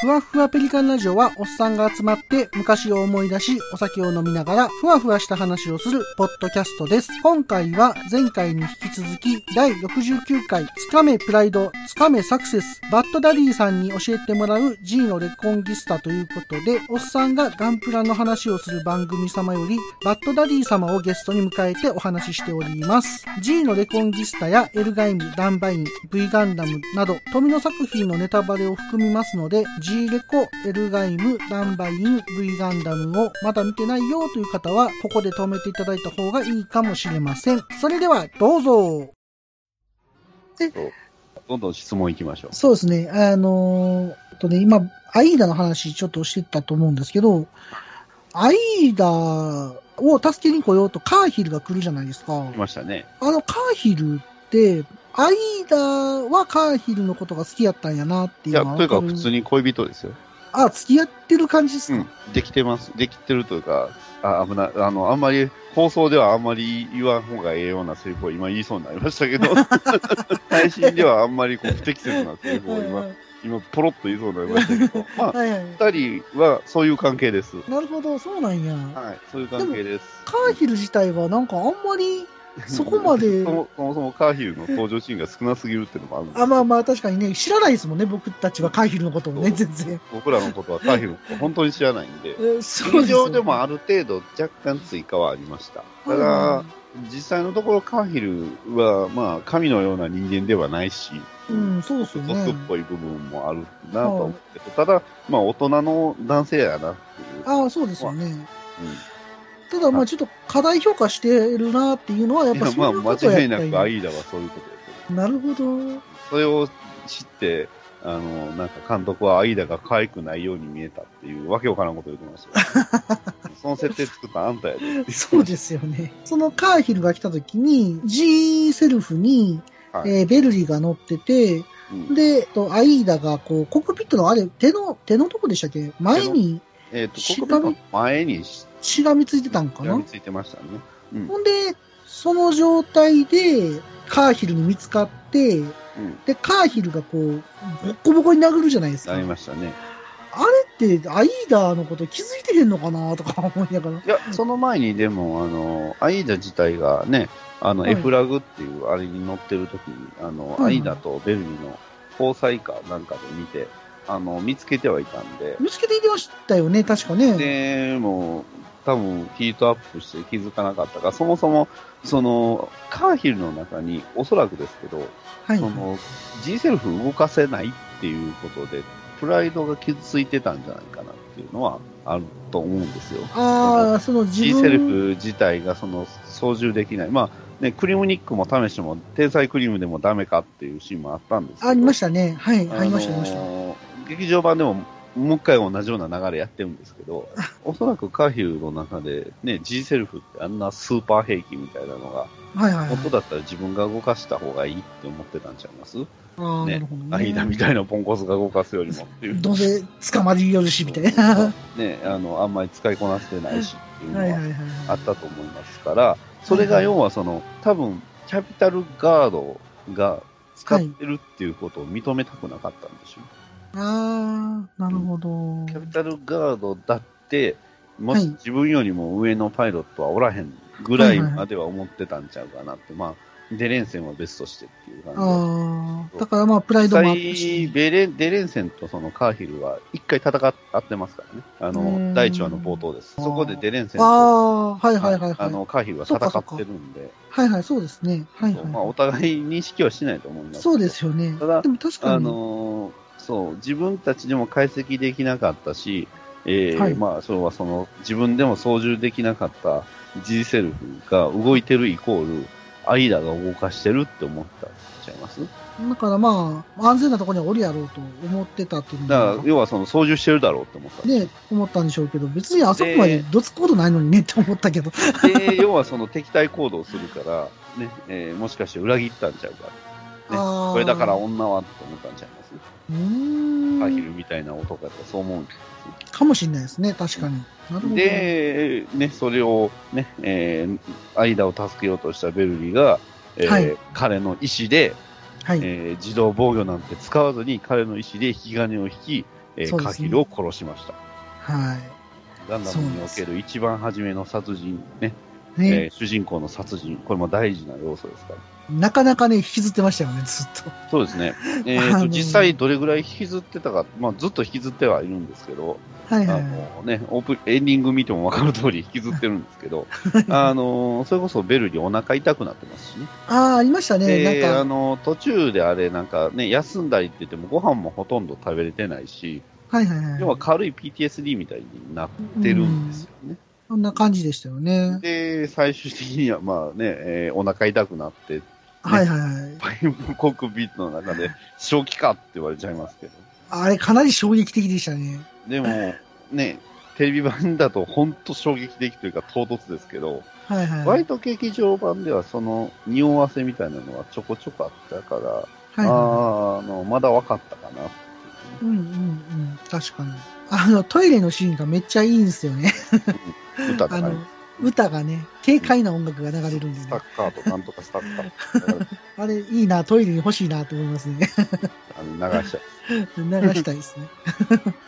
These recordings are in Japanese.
ふわふわペリカンラジオはおっさんが集まって昔を思い出しお酒を飲みながらふわふわした話をするポッドキャストです。今回は前回に引き続き第69回つかめプライド、つかめサクセス、バッドダディさんに教えてもらう G のレコンギスタということでおっさんがガンプラの話をする番組様よりバッドダディ様をゲストに迎えてお話ししております。G のレコンギスタやエルガイム、ダンバイン、V ガンダムなど、富野作品のネタバレを含みますので、G レコ、エルガイム、ダンバイン、V ガンダムをまだ見てないよという方は、ここで止めていただいた方がいいかもしれません。それでは、どうぞどんどん質問いきましょう。そうですね、あのーとね、今、アイーダの話ちょっとしてたと思うんですけど、アイーダを助けに来ようとカーヒルが来るじゃないですか。来ましたね。あの、カーヒルって、アイダはカーヒルのことが好きやったんやなっていいうや、のはというかわる普通に恋人ですよ。あ、付き合ってる感じですうか、ん。できてます。できてるというか、あ、危ない。あの、あんまり、放送ではあんまり言わん方がええようなセリフを今言いそうになりました けど、配信ではあんまりこう不適切なセリフをは今、い今ポロッと言いそうになりましたけど、まあ、はいはいはい二人はそういう関係です。なるほど、そうなんや。はい、そういう関係です。カーヒル自体はなんかあんま り、そこまでそもそもそもカーヒルの登場シーンが少なすぎるっていうのもあるんですあ、まあまあ確かにね、知らないですもんね、僕たちはカーヒルのことをね、そう全然。僕らのことはカーヒルのこと本当に知らないんでえ。ーそ通常でもあある程度若干追加はありました。たはだ、実際のところカーヒルは、まあ、神のような人間ではないし、いうん、そうですよボスっね。ぽい部分もあるなと思ってて、ただ、まあ、大人の男性やなっていう。ああ、そうですよね。うただまあちょっと過大評価してるなっていうのはやっん、いぱや、まそういうこあ、とや間違いったなんくやアイーダはそういうことですよ。なるほど。それを知って、あの、なんか監督はアイーダが可愛くないように見えたっていう、わけわからんこと言ってま したよ。その設定作ったあんたやで。そうですよね。そのカーヒルが来た時に、G セルフに、はいえーベルリーが乗ってて、うんで、とアイーダがこう、コックピットのあれ、手の、手のとこでしたっけ前にえっ、と、し国が民みの前にししがみついてたんかやなりついてましたね。うん。ほんで、その状態で、カーヒルに見つかって、うん。で、カーヒルがこう、ボッコボコに殴るじゃないですか。なありれましたね。って、アイーダのこと気づいてへんのかなとか思いながら。いや、その前にでも、あの、アイーダ自体がね、あの、はいエフラグっていうあれに乗ってる時に、あの、うんアイーダとベルリの交際かなんかで見て、あの、見つけてはいたんで、見つけていてましたよね、確かね。でも、多分ヒートアップして気づかなかったか、そもそも、その、カーヒルの中に、おそらくですけど、はい。その、G セルフ動かせないっていうことで、プライドが傷ついてたんじゃないかなっていうのはあると思うんですよ。ああ、その自 G 分。セルフ自体がその操縦できない。まあ、ね、クリームニックも試しても、天才クリームでもダメかっていうシーンもあったんですけど。。ありましたたね。はい、ありました、ありました。のー劇場版でも、もう一回同じような流れやってるんですけど、おそらくカーヒルの中で、ね、G セルフってあんなスーパー兵器みたいなのが、はいはい、はい本当。だったら自分が動かした方がいいって思ってたんちゃいますああ、ねなるほどね。間みたいなポンコツが動かすよりもっていう。 どうせ捕まりよるし、みたいな。は ね、あの、あんまり使いこなせてないしっていいうのははいはい。あったと思いますから、それが要はその、多分、キャピタルガードが使ってるっていうことを認めたくなかったんでしょ。ああ、なるほど。キャピタルガードだって、もはいし自分よりも上のパイロットはおらへんぐらいまでは思ってたんちゃうかなって、まあ、デレンセンは別としてっていう感じで。ああ、だからまあ、プライドもあった実際し。ベレン、デレンセンとそのカーヒルは一回戦ってますからね。あうんの、第1話の冒頭です。そこでデレンセンあと、あ、はいはいはいあはい。の、カーヒルは戦ってるんで、はいはい、そうですね。はいはい。まあ、お互い認識はしないと思います。そうですよね。ただでも確かあに。のーそう、自分たちでも解析できなかったし、えーはいまあ、それはその、自分でも操縦できなかった G セルフが動いてるイコール、アイダが動かしてるって思ったんちゃいますだからまあ、安全なところにはおりやろうと思ってたっていうのだからが、要はその操縦してるだろうって思った。ね、思ったんでしょうけど、別にあそこまでどつくことないのにねって思ったけど。で、要はその敵対行動するから、ね、えーもしかして裏切ったんちゃうか。あーこれだから女はって思ったんちゃいますうーんアヒルみたいな男やったらそう思うんですよかもしれないですね、確かに。なるほど。で、ね、それを、ね、えー、間を助けようとしたベルリが、えーはい彼の意思で、はい。えー自動防御なんて使わずに彼の意思で引き金を引き、えーそうでカすヒねルを殺しました。はガンダムにおける一番初めの殺人、ね、い。ね、えー主人公の殺人、これも大事な要素ですから。なかなかね、引きずってましたよね、ずっと。そうです ね。えあー、のと、ー実際どれぐらい引きずってたか、まあ、ずっと引きずってはいるんですけど、はいあはいはい。のね、オープン、エンディング見ても分かる通り引 きずってるんです けど、あのーそれこそベルにお腹痛くなってますしね。ああ、ありましたね、で、なあんか。のー途中であれ、なんかね、休んだりって言ってもご飯もほとんど食べれてないし、はいはいはい。要は軽い PTSD みたいになってるんですよね。そんな感じでしたよね。で、最終的にはまあね、えーお腹痛くなって、はいはいはい。パイプコックピットの中で、 正気かって言われちゃいますけど。あれ、かなり衝撃的でしたね。でも、ね、テレビ版だと本当衝撃的というか唐突ですけど、はいはい。割と劇場版ではその匂わせみたいなのはちょこちょこあったから、はいあはーあの、まだ分かったかな。い。うんうんうん。確かに。あの、トイレのシーンがめっちゃいいんですよね。歌とあかのね、、歌がね、軽快な音楽が流れるんでスタねッ。カーとなんとかスタッカーとかあれ、いいな、トイレに欲しいなと思いますね。あの流しちゃう。流したいですね。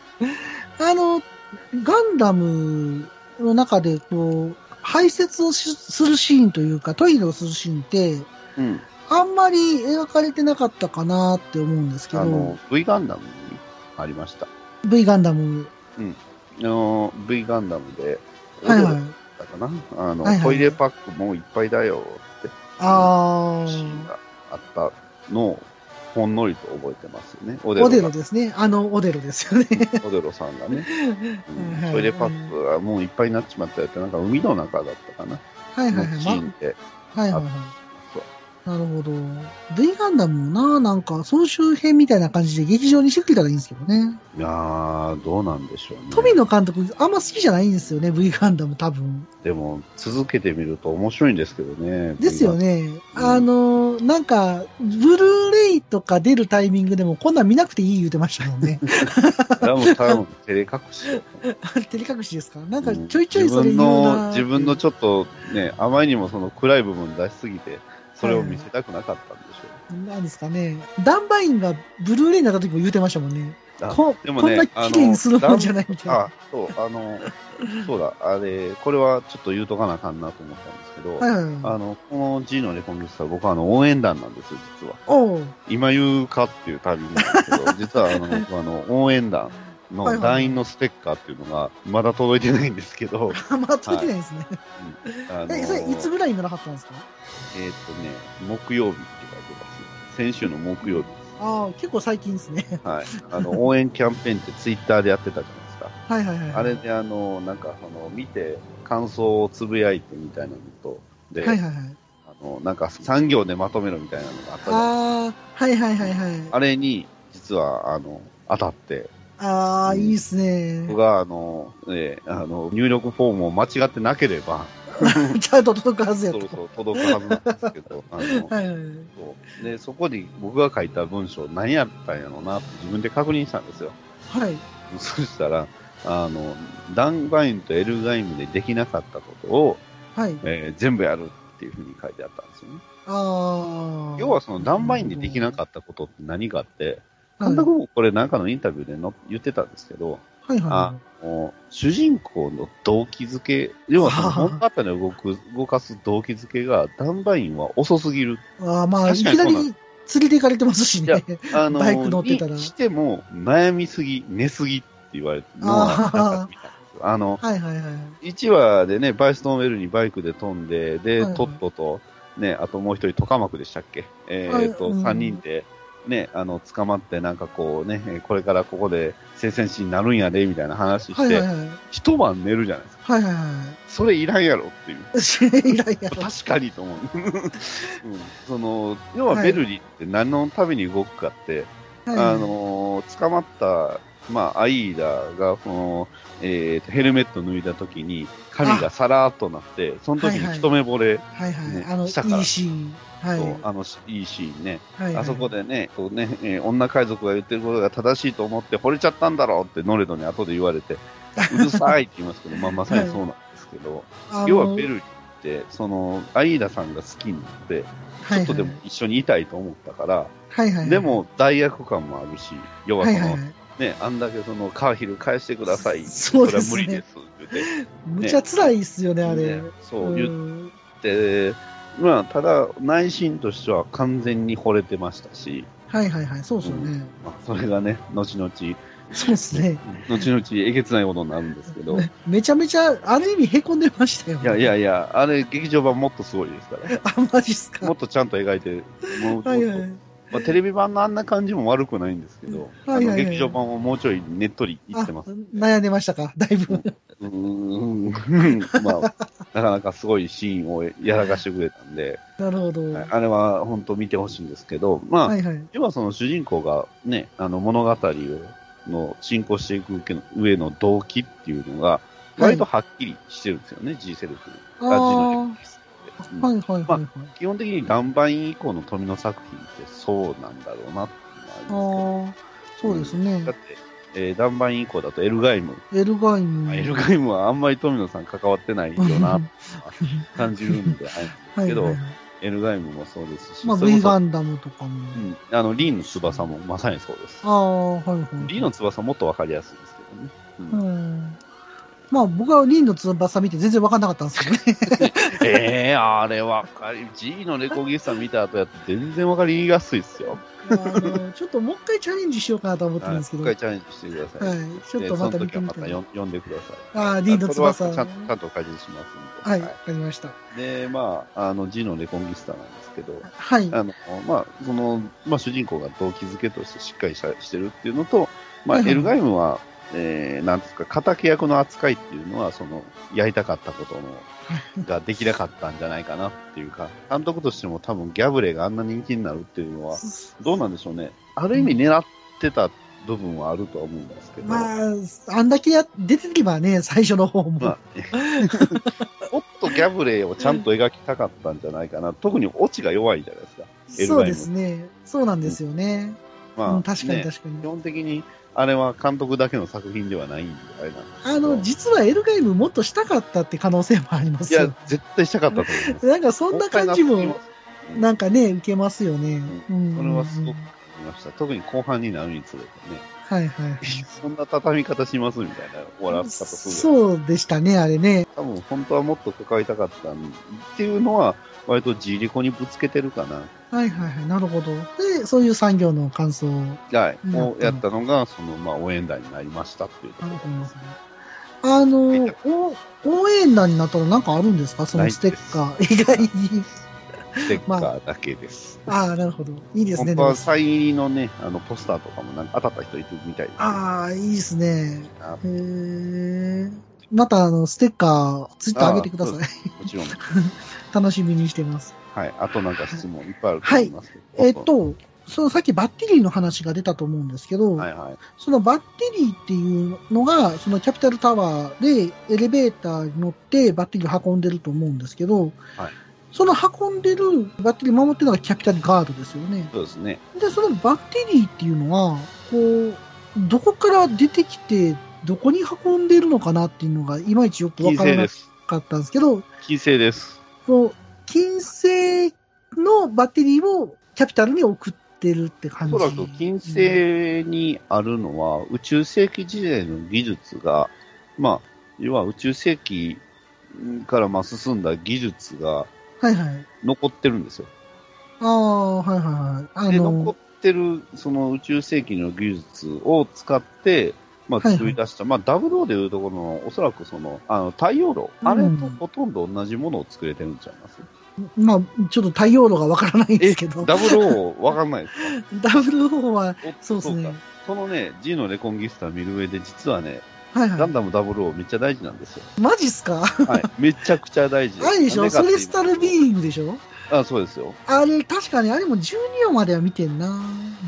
あの、ガンダムの中で、こう、排泄をしするシーンというか、トイレをするシーンって、うん。あんまり描かれてなかったかなって思うんですけあのど、、 V ガンダムにありました。 V ガンダム、あの V ガンダムで、はいはいだ。ったかな、あのはいはいトイレパックもういっぱいだよってあシーンー、があったのをほんのりと覚えてますよね。オデロオデさロんですね。あの、オデロですよね。オデロさんが ね、うんはいはいトイレパックはもういっぱいになっちまったよって、なんか海の中だったかな、はいはいはのい。シーンで。はいはいはい。そうなるほど。V ガンダムもな、なんか、総集編みたいな感じで劇場にしてくれたらいいんですけどね。いやー、どうなんでしょうね。富野監督、あんま好きじゃないんですよね、V ガンダム多分。でも、続けてみると面白いんですけどね。ですよね。うんあの、なんか、ブルーレイとか出るタイミングでも、こんなん見なくていい言うてましたもんね。 ラムタウン照れ隠しよ照れ隠しですか なんうか、んちょいちょいそれ言うな自分の、自分のちょょっとね、あまりにもその暗い部分出しすぎて、それを見せたくなかったんでしょうね。なんですかね。ダンバインがブルーレイになった時も言うてましたもんね。あこでもこんなね、綺麗にするもんじゃない。ないみたいな。あ、そう、あの、そうだ、あれ、これはちょっと言うとかなあかんなと思ったんです けど、はいはいはい。あの、この G のレコンギスタは僕はあの応援団なんですよ、実は。おう今言うかっていうタイミングなんです けど、実はあの、僕はあの、応援団はいのはい団員のステッカーっていうのが、まだ届いてないんですけど、あんま届いてないですね。あのえ、それいつぐらいにならはったんですかえーっ、とね、木曜日って書いてます。先週の木曜日です。ああ、結構最近ですね。 はい。あの、応援キャンペーンってツイッターでやってたじゃないですか。はいはいはい。あれであの、なんかその、見て、感想をつぶやいてみたいなのと、で、はいはいはい。あの、なんか産業でまとめろみたいなのがあったじゃないですか。ああ、はいはいはいはい。あれに、実は、あの、当たって、ああ、うんいいですね僕。が、あの、えーあの、入力フォームを間違ってなければ、ちゃんと届くはずやそとろ。そろ届くはずなんですけ ど、あの、はいはいはい。そうで、そこに僕が書いた文章、何やったんやろうなって自分で確認したんですよ。はい。そしたら、あの、ダンガイムとエルガイムでできなかったことを、はい。えー全部やるっていうふうに書いてあったんですよね。ああ。要はそのダンバインでできなかったことって何かって、はい監督もこれなんかのインタビューでの言ってたんですけど、はいはあもう主人公の動機づけ、要はその物語を動く、動かす動機づけが、ダンバインは遅すぎる。い。ああ、まあ、いき確かなにりそうなん連れて行かれてますしね。あの、バイク乗ってたらにしても、悩みすぎ、寝すぎって言われてるのはあーなんか見たんですよあの、はいはいはい。 1話でね、バイストンウェルにバイクで飛んで、はいで、はいトットと、ね、あともう一人、トカマクでしたっけえはいーっと、うん3人で、ね、あの、捕まって、なんかこうね、えーこれからここで聖戦士になるんやで、みたいな話はしいはいて、はい。一晩寝るじゃないですか。はいはいはそれいらんやろっていう。い。 知り合いやろ。確かにと思う。 うん、その、要はベルリーって何のために動くかって、はいあ、のー捕まった、まあ、アイーダが、その、えーと、ヘルメット脱いだ時に、髪がさらーっとなって、その時はいはにい一目惚れはいはい。ねあの、い下からいシーン。はい。と、はあの、しいいシーンね。いはい。あそこでね、こうね、えー女海賊が言ってることが正しいと思って惚れちゃったんだろうってノレドに後で言わ れて、うるさいって言いますけど、まあ、まさにそうなんですけど、あの、要はベルリーって、その、アイーダさんが好きになって、ちちょっとでも、一緒にいたいと思ったから、はいはいはい。でも、罪悪感もあるし、要ははそいの、はいはい、ね、あんだけそのカーヒル返してください。そうですねそれは無理です。言ってむちゃ辛いっすよね、あれ。ねうそう言っん。て、まあ、ただ、内心としては完全に惚れてましたし、はいはいはい、そうっすよね。まあ、それがね、後々、後そうっすね。々えげつないことになるんですけど、いめめちゃめちゃ、ある意味凹んでましたよ。やいやいや、あれ、劇場版もっとすごいですから、あ、マジっすか。もっとちゃんと描いて、もうはいはい。まあ、テレビ版のあんな感じも悪くないんですけど、はいはいはいあの劇場版はもうちょいねっとりいあってます。悩んでましたか、だいぶ。うーん、まあ、なかなかすごいシーンをやらかしてくれたんで、なるほど。はいはあれは本当見てほしいんですけど、まあ、いはい。要はその主人公がね、あの物語を、の進行していく上の動機っていうのが、割とはっきりしてるんですよね、G セルフ。あああ G のセルフですうんはいはいはいはい。基本的に岩盤以降の富の作品ってそうなんだろうなっていうあのはありますあ、そうですけねど。だ。って、えー、岩盤以降だとエルガイム。エルガイム。まあエルガイムはあんまり富野さん関わってないよな、感じるんで、はいはいけどはいはいエルガイムもそうですし、まあ、それこ V そガンダムとかもう。ん、あの、リーの翼もまさにそうですあ。あ、はいはい。リーの翼もっとわかりやすいですけどね。うんうん。まあ、僕はリンの翼見て全然わかんなかったんですけどね。 ええあれわかり、G のレコギスタ見た後やって全然わかりやすいっすよ。あのちょっともう一回チャレンジしようかなと思ってるんはいですけど。一は回い。チャレンジしてください。ちょっとまた見でてそみのた時はまい。たあよ読んでください。あー、リンの翼。これはちゃんはとちゃんと解説しますんで。い、わかりました。で、まあ、あの、G のレコンギスタなんですけど、はい。あの、まあ、その、まあ、主人公が動機づけとしてしっかりしたしてるっていうのと、まあ、はいはいエルガイムは、えー、なんですか、敵役の扱いっていうのは、その、やりたかったことの、 ができなかったんじゃないかなっていうか、監督としても多分ギャブレがあんな人気になるっていうのは、どうなんでしょうね。ある意味狙ってた部分はあるとは思うんですけど、まあ、まあ、あんだけや出てけばね、最初の方も。もっとギャブレをちゃんと描きたかったんじゃないかな。特にオチが弱いじゃないですか。エルガイムそうですね。そうなんですよね。まうあ、ん、確かにね確かに。基本的にあれは監督だけの作品ではないんで、あれなんですけどあの、実はエルガイムもっとしたかったって可能性もありまいすやよ。、絶対したかったと思います。なんかそんな感じももっ、たいななんかね、受けますよね。うん。それはすごく感じました。特に後半になる につれてね、はいはいはい。そんな畳み方しますみたいな終わらせ方する。そうでしたね、あれね。多分本当はもっと関わりたかったんっていうのは、割とジリコにぶつけてるかな。はいはいはい、なるほど。で、そういう産業の感想を。はい。をうんやったのが、その、まあ、応援団になりましたっていうとこあろのです。あのいや、お応援団になったらなんかあるんですかそのステッカー。 意外に。ステッカーだけです。ああ、なるほど。いいですね。本で当もはサイン入りのね、あの、ポスターとかもなんか当たった人いるみたいですけど。ああ、いいですね。へあえ。また、あの、ステッカー、ツイッター上げてくださあいー。もちろん。 楽しみにしてます。はい。あとなんか質問いっぱいあると思いますけど。えっと、そのさっきバッテリーの話が出たと思うんですけど、はいはい。そのバッテリーっていうのが、そのキャピタルタワーでエレベーターに乗ってバッテリーを運んでると思うんですけど、はいその運んでるバッテリーを守ってるのがキャピタルガードですよね。そうですね。で、そのバッテリーっていうのは、こう、どこから出てきて、どこに運んでるのかなっていうのが、いまいちよくわ金から星なです。かったんですけど、金星です。その金星のバッテリーをキャピタルに送ってるってお感じ。そらく金星にあるのは、宇宙世紀時代の技術が、まあ、要は宇宙世紀からまあ進んだ技術がはいはい。残ってるんですよ。ああ、はいはいはい。あで、の残ってるその宇宙世紀の技術を使って、まあ、はいはい作り出した、まあ、W でいうところの、おそらくその、あの、太陽炉、あれとほとんど同じものを作れてるんちゃいますまあ、ちょっと太陽炉がわからないんですけど、ダブルオーわかんないですダブルオーは、かお そうですねか。そのね、G のレコンギスタ見る上で、実はね、はいガはンダムダブルオーめっちゃ大事なんですよ。い。マジっすかはい。めちゃくちゃ大事あれでしょなんかソっていうレスタルビーイングでしょあ、そうですよ。あれ、確かに、あれも12話までは見てんな。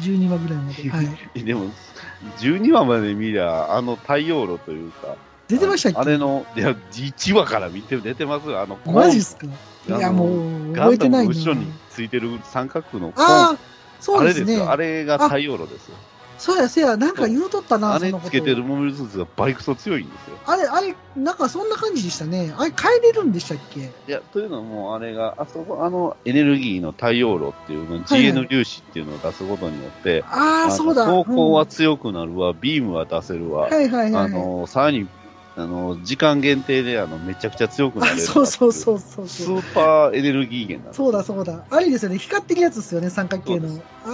12話ぐらいまで。はい。でも、12話まで見りゃ、あの太陽炉というか、出てましたっけあれの、いや、1話から見て、出てますよあの、コーンマジっすかいあのや、もう、ガ覚ンえダてムないのな。後ろについてる三角のコーンああ、そあうでれすですね。よ。あれが太陽炉ですよ。そうやせや、なんか言うとったな、あそれのことつけてるモビルスーツがバリクソ強いんですよ。あれ、あれ、なんかそんな感じでしたね。あれ、変えれるんでしたっけいや、というのはもうあれが、あそこ、あのエネルギーの太陽炉っていうの、はいはい GN 粒子っていうのを出すことによって、ああ、のそうだ。走行はうん強くなるわ、ビームは出せるはわ、いはいはあいはい。の、さらに、あの、時間限定で、あの、めちゃくちゃ強くなれあ、る。。そうそうそううそうスそう。ーパーエネルギー源なんですそうだそうだ。あれですよね。光ってるやつですよね、三角形そうので。あ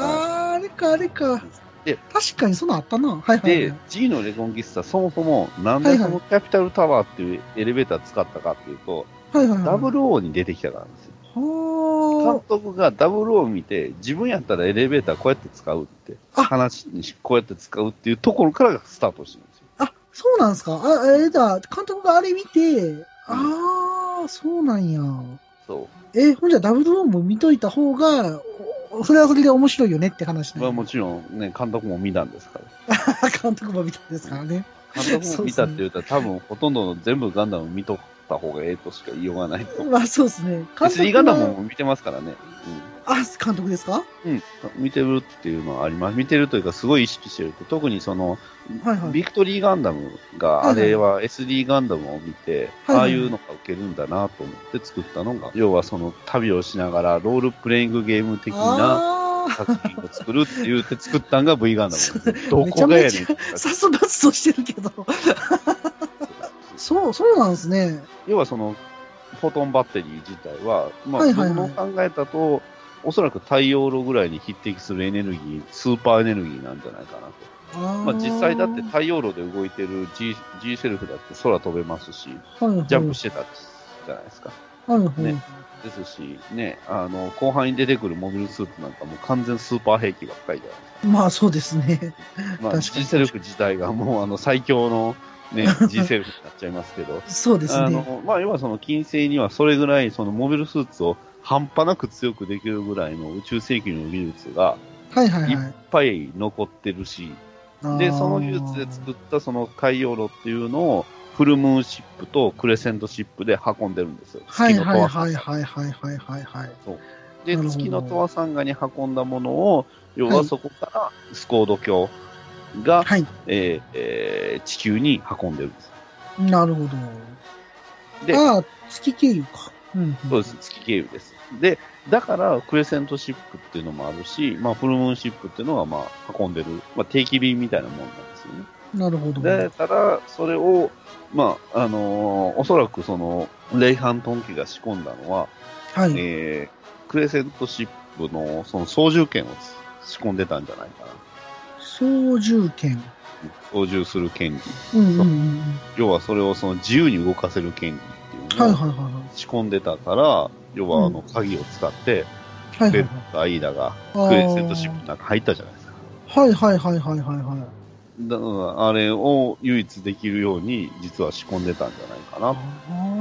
ー、あれか、あれか。で確かにそんなんあったな。はいはいではい。、 G のレコンギスタ、そもそも、なんはでそいはのキャピタルタワーっていうエレベーター使ったかっていうと、はいはいはい。ダブル O に出てきたからなんですよ。ほ監ー。督がダブル O を見て、自分やったらエレベーターこうやって使うって、あ話にしこうやって使うっていうところからがスタートしてるんですよ。あ、そうなんですか。あ、えー、だ、監督があれ見て、あー、そうなんや。そえ、ほんじゃダブルドーム見といた方が、おそれはそれで面白いよねって話う。なまあんやもちろんね、監督も見たんですか ら。監督も見たんですからね。監督も見たって言うたら、多分ほとんどの全部ガンダム見とった方がええとしか言いようがないと。まあそうですね。監 別に督ガンダムも。も見てますからね。あ、監督ですかうん。うん。見てるっていうのはあります。見てるというか、すごい意識してると。特にその、はいはい。ビクトリーガンダムが、はいあはいれは SD ガンダムを見て、はいはいああいうのが受けるんだなと思って作ったのが、要はその旅をしながらロールプレイングゲーム的なあー作品を作るって言って作ったんが V ガンダムなんですよ。どめちゃこがやねめんちゃ、さすがとしてるけど。そう、そうなんですね。要はその、フォトンバッテリー自体は、まあ、はいはいはい僕の考えたと、おそらく太陽炉ぐらいに匹敵するエネルギー、スーパーエネルギーなんじゃないかなと。ままあ、実際だって太陽炉で動いてる G, G セルフだって空飛べますし、ジャンプしてたじゃないですか。プ。はいはい。ねですし、ね、あの、後半に出てくるモビルスーツなんかもう完全スーパー兵器ばっかりじゃないまあそうですね。 ですか。ま確かあ、に G セルフ自体がもうあの最強の ね、G セルフになっちゃいますけど、そうですあね。の、まあ、要はその金星にはそれぐらいそのモビルスーツを半端なく強くできるぐらいの宇宙世紀の技術がはいはいいっはい。ぱい残ってるし、で、その技術で作ったその海洋炉っていうのをフルムーンシップとクレセントシップで運んでるんですよ。はい月のはい遠はいはいはいはいはいはい。で、なるほど月のトワサンガに運んだものを、要ははいそこからスコード教が、はい。えーえー地球に運んでるんです。なるほど。で、ああ、月経由か。うん。そうです。。月経由です。で、だから、クレセントシップっていうのもあるし、まあ、フルムーンシップっていうのが、まあ、運んでる、まあ、定期便みたいなもんなんですよね。なるほど。だから、それを、まあ、あのーおそらくその、レイハントン家が仕込んだのは、はい。えークレセントシップの、その、操縦権を仕込んでたんじゃないかな。操縦権。操縦する権利。うんうんうん。要はそれをその自由に動かせる権利っていうはいはいのをはいは仕込んでたから、要はあの鍵を使って、い。はいはいベはルい。とアイーダがあークレセントシップの中入ったじゃないですか。はいはいはいはいはいはい。だからあれを唯一できるように実は仕込んでたんじゃないかあな。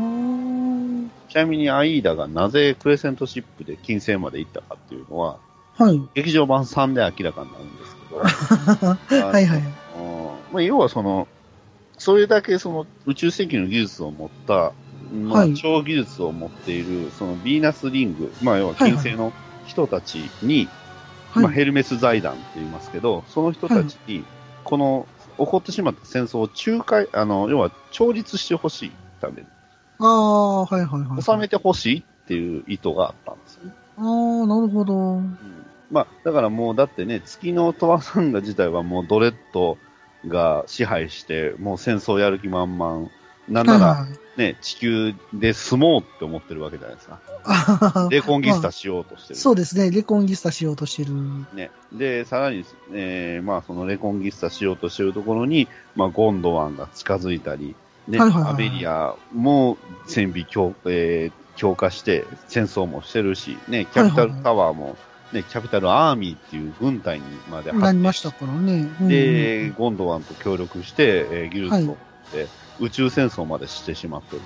ちなみにアイーダがなぜクレセントシップで金星まで行ったかっていうのは、あ。はい。劇場版3で明らかになるんですけど、 はいはい。うんまあ、要はその、それだけその宇宙世紀の技術を持った、まはあい、超技術を持っている、そのヴィーナスリング、まあ要は金星の人たちに、はいまあヘルメス財団って言いますけど、その人たちに、この起こってしまった戦争を仲介、あの、要は調律してほしいために、ああ、はいはいはい。収めてほしいっていう意図があったんですよね。ああ、なるほど。まあ、だからもう、だってね、月のトワサンガ自体はもうドレッドが支配して、もう戦争やる気満々。なんなら、はいはいね、地球で住もうって思ってるわけじゃないですか。あははレコンギスタしようとしてる。そうですね。レコンギスタしようとしてる。ね、で、さらに、えーまあ、そのレコンギスタしようとしてるところに、まあ、ゴンドワンが近づいたり、ね、はいはいはいアベリアも戦備強,、えー強化して戦争もしてるし、ね、キャピタルタワーも、ね、キャピタルアーミーっていう軍隊にまでなりま展ししたからね。うんで、、ゴンドワンと協力して、えー技術を持って、宇宙戦争までしてしまってる。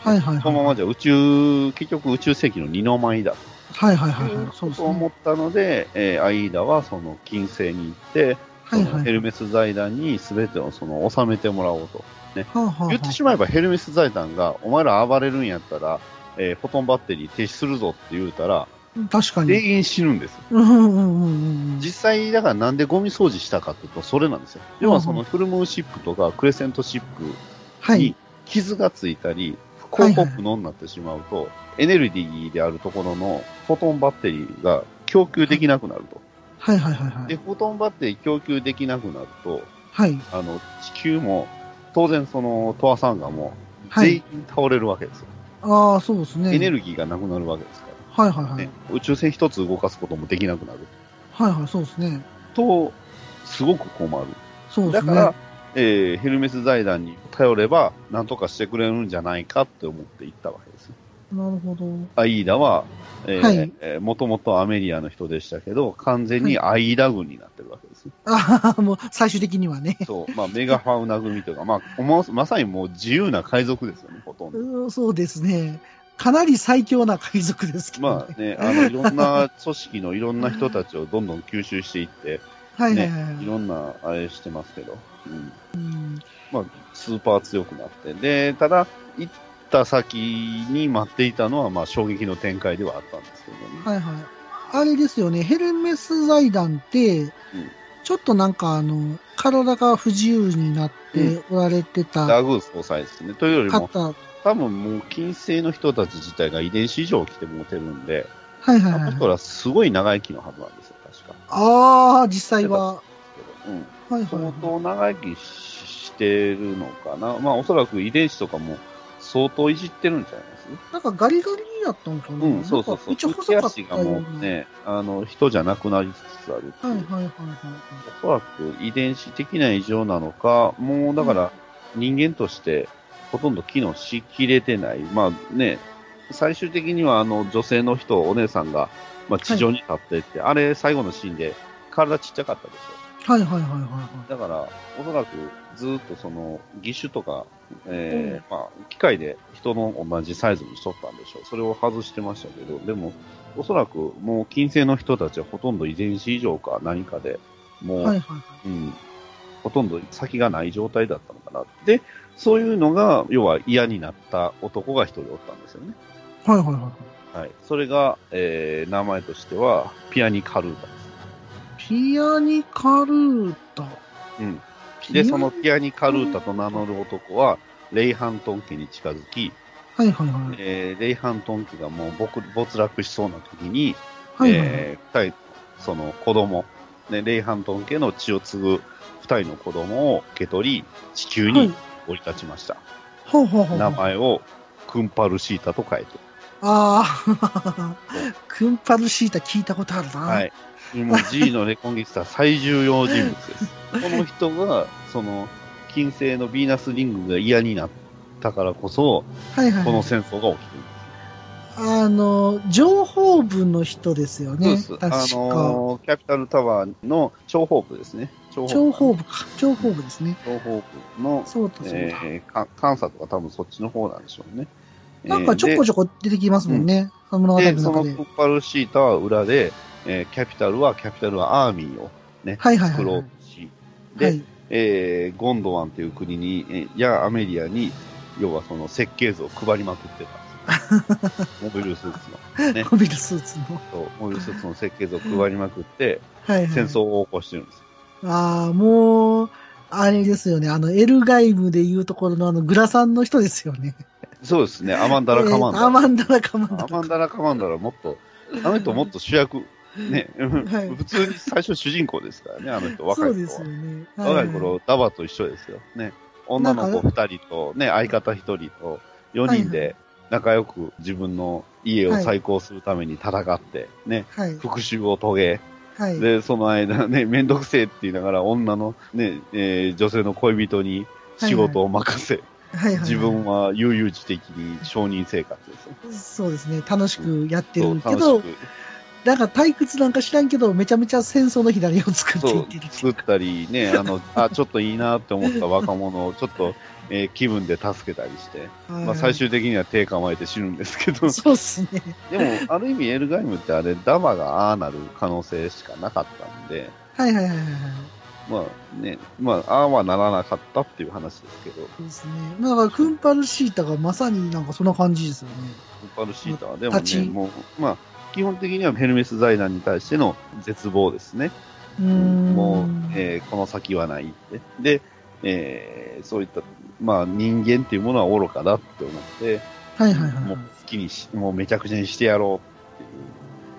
はいはいこのはい。ままじゃ宇宙、結局宇宙世紀の二の舞だはいはいとはいいはうい。そうこですとを思ね。ったので、えーアイーダはその金星に行って、はいそはのヘい。ルメス財団に全てをその収めてもらおうと。はあはあはあ言ってしまえばヘルメス財団が、お前ら暴れるんやったら、えーフォトンバッテリー停止するぞって言うたら、確かに。全員死ぬんですよ。うんうんうんうんうん。実際、だからなんでゴミ掃除したかっていうと、それなんですよ。要はそのフルムーンシップとかクレセントシップはいに。傷がついたり、不幸ポップのになってしまうと、エネルギーであるところのフォトンバッテリーが供給できなくなると。はいはいはいはで、い。フォトンバッテリー供給できなくなると、はい。あの、地球も、当然その、トアサンガも、は全い員。倒れるわけですよ。ああ、そうですね。エネルギーがなくなるわけですかはいはいら、はいね。宇宙船一つ動かすこともできなくなるはいはい、そうですね。と、すごく困る。そうでだすかね。ら、えーヘルメス財団に頼れば、なんとかしてくれるんじゃないかって思って行ったわけですよ。なるほど。アイーダは、えはいもともとアメリアの人でしたけど、完全にアイーダ軍になってるわけですよ。ああ、もう最終的には ね。そう、まあ、メガファウナ組というか、まあ、もうまさにもう自由な海賊ですよね、ほとんど。うんそうですね。かなり最強な海賊ですけど、まね。あね、あの、いろんな組織のいろんな人たちをどんどん吸収していって、はいはいねはいはい。、いろんなあれしてますけど、うん、うんまあ、スーパー強くなって、で、ただ、行った先に待っていたのは、まあ、衝撃の展開ではあったんですけどね。はいはい。あれですよね、ヘルメス財団って、ちょっとなんかあの、体が不自由になっておられてたダグー総裁ですね。というよりも、方、は多分もう、金星の人たち自体が遺伝子異常を着て持てるんで、いはいあはのい人。らすごい長生きのはずなんですよ、確か。ああ、実際は。うん、はいはい相は当長生きしてるのかな。まあ、おそらく遺伝子とかも相当いじってるんじゃないですい。なんかガリガリやったんかな。うん、そうそなうそう。んかめっちゃ内細かっ足たがよもううな。ね、あの、人じゃなくなりつつあるっていはういはいはいはいおそらく遺伝子的な異常なのか、もうだから人間としてほとんど機能しきれてない。まあね、最終的にはあの女性の人、お姉さんが、まあ、地上に立ってって、あれ最後のシーンで体ちっちゃかったでしはい。はいはいはいはいはい。ょ。だから、おそらくずっとその義手とか、えーまあ、機械で人の同じサイズにしとったんでしょう。それを外してましたけど、でも、おそらくもう近世の人たちはほとんど遺伝子異常か何かで、もはう、いはいはい。うん、ほとんど先がない状態だったのかな。で、そういうのが、要は嫌になった男が一人おったんですよね。はいはいはい。はい。それが、えー、名前としては、ピアニカルーダでピアニカルータ。す。うん。で、そのピアニカルータと名乗る男は、レイハントン家に近づき、はいはいはい。えーレイハントン家がもう僕没落しそうな時に、はいはいはい。えー二人、その子供、ね、レイハントン家の血を継ぐ二人の子供を受け取り、地球はいに降り立ちました。ほうほうほうほ名う。前をクンパルシータと書いて、あそうあ、 クンパルシータ聞いたことあるな。はい。もう G のレコンギスタ最重要人物です。 この人が、その、金星のヴィーナスリングが嫌になったからこそ、はいはい。この戦争が起きてるあの、情報部の人ですよんでね。す。確あか。のーキャピタルタワーの諜報部ですね。諜情報部。部か。情報部ですね。諜報部の、そうだそうだ。えー、か監査とか多分そっちの方なんでしょうね。なんかちょこちちょこ出てきますもんね。あの物語でので、そ中のでク。ンパルシータは裏で、えーキャピタルは、キャピタルはアーミーをはいはいは作いろはうとし、い。ではいえーゴンドワンという国に、えーやアメリアに、要はその設計図を配りまくってたん ですよ。モビルスーツの。モビルスーツの。そうモビルスーツの設計図を配りまくって、はいはい。戦争を起こしてるんですよ。ああ、もう、あれですよね。あの、エルガイムでいうところのあの、グラさんの人ですよね。そうですね、アマンダラカマンえーアダマンダラカマンラ。ダアマンダラカマンダラもっと、あの人もっと主役、ね、はい普通に最初主人公ですからね、あの人、ラ。若そいでう頃すはよ。ね。若いは頃、ダバと一緒ですよ。ね。女の子二人と、ね、相方一人と、四人はいはで仲良く自分の家を再興するために戦って、ね、い。はい。復讐を遂はげ、い。で、その間ね、めんどくせえって言いながら、女の、ね、えー女性の恋人に仕事を任せ、はいはい。自分は悠々自適に商人生活ですよ。そうですね。楽しくやってるそう、けど楽、しく。なんか退屈なんか知らんけど、めちゃめちゃ戦争の左を作ってそいうってるってい作うったりね、あの、 あ、ちょっといいなって思った若者を、ちょっと、えー気分で助けたりして、まあ、最。終的には手構えて死ぬんですけど はい、そうっすね。でも、ある意味エルガイムってあれ、ダマがああなる可能性しかなかったんで、はいはいはいはいはい。まあね、まあ、ああはならなかったっていう話ですけど、ウそうですね。まあだから、クンパルシータがまさになんかそんな感じですよね。ーパルシータはでも立ね、ちもう、まあ、基本的にはヘルメス財団に対しての絶望ですね。うーんもう、えーこの先はないって。で、えーそういった、まあ人間っていうものは愚かだって思って、はいはいはいはい。もう好きにし、もうめちゃくちゃにしてやろ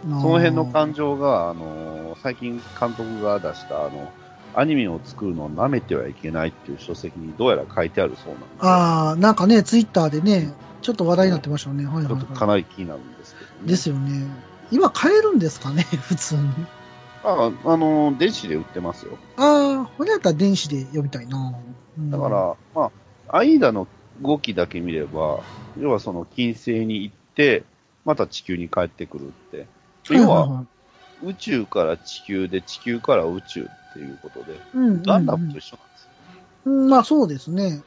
うっていあう。ーその辺の感情が、あのー最近監督が出した、あの、アニメを作るのを舐めてはいけないっていう書籍にどうやら書いてあるそうなんで、ああ、なんかね、ツイッターでね、ちょっと話題になってましたよね。はいはい、ちょっとかはなり気になるんですけど、い。ですよね。今買えるんですかね、普通に。あ、あのー電子で売ってますよ。ああ、これやったら電子で読みたいな。うんだから、まあ、アイダの動きだけ見れば、要はその金星に行って、また地球に帰ってくるって。要いいはい宇宙から地球で地球から宇宙っていうことで、うんうんうんガンダムと一緒なんですよ。うんまあそうですね。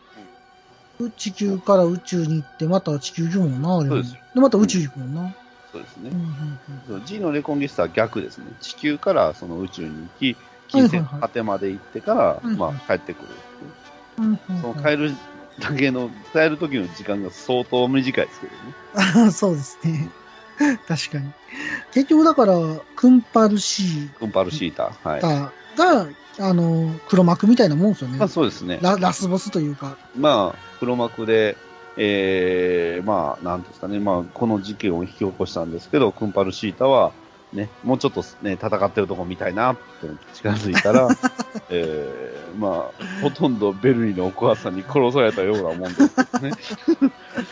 地球から宇宙に行って、また地球行くもんな、あれもそうですよで、また宇宙行くもんな。そうですうねん。うんうんそう G のレコンギスタは逆ですね。地球からその宇宙に行き、金星の果てまで行ってから、いはいまあ帰ってくるっていう。うんうんうんその帰るだけの、帰る時の時間が相当短いですけどね。ああ そうですね。確かに。結局だから、クンパルシクンパルシータ。はーい。タが、あの、黒幕みたいなもんですよねまあ。そうですね。ララスボスというか。まあ、黒幕で、ええまあ、なんですかね、まあ、この事件を引き起こしたんですけど、クンパルシータは、ね、もうちょっとね、戦ってるとこ見たいな、って近づい たら、ええまあ、ほとんどベルリーのお母さんに殺されたようなもんです ね。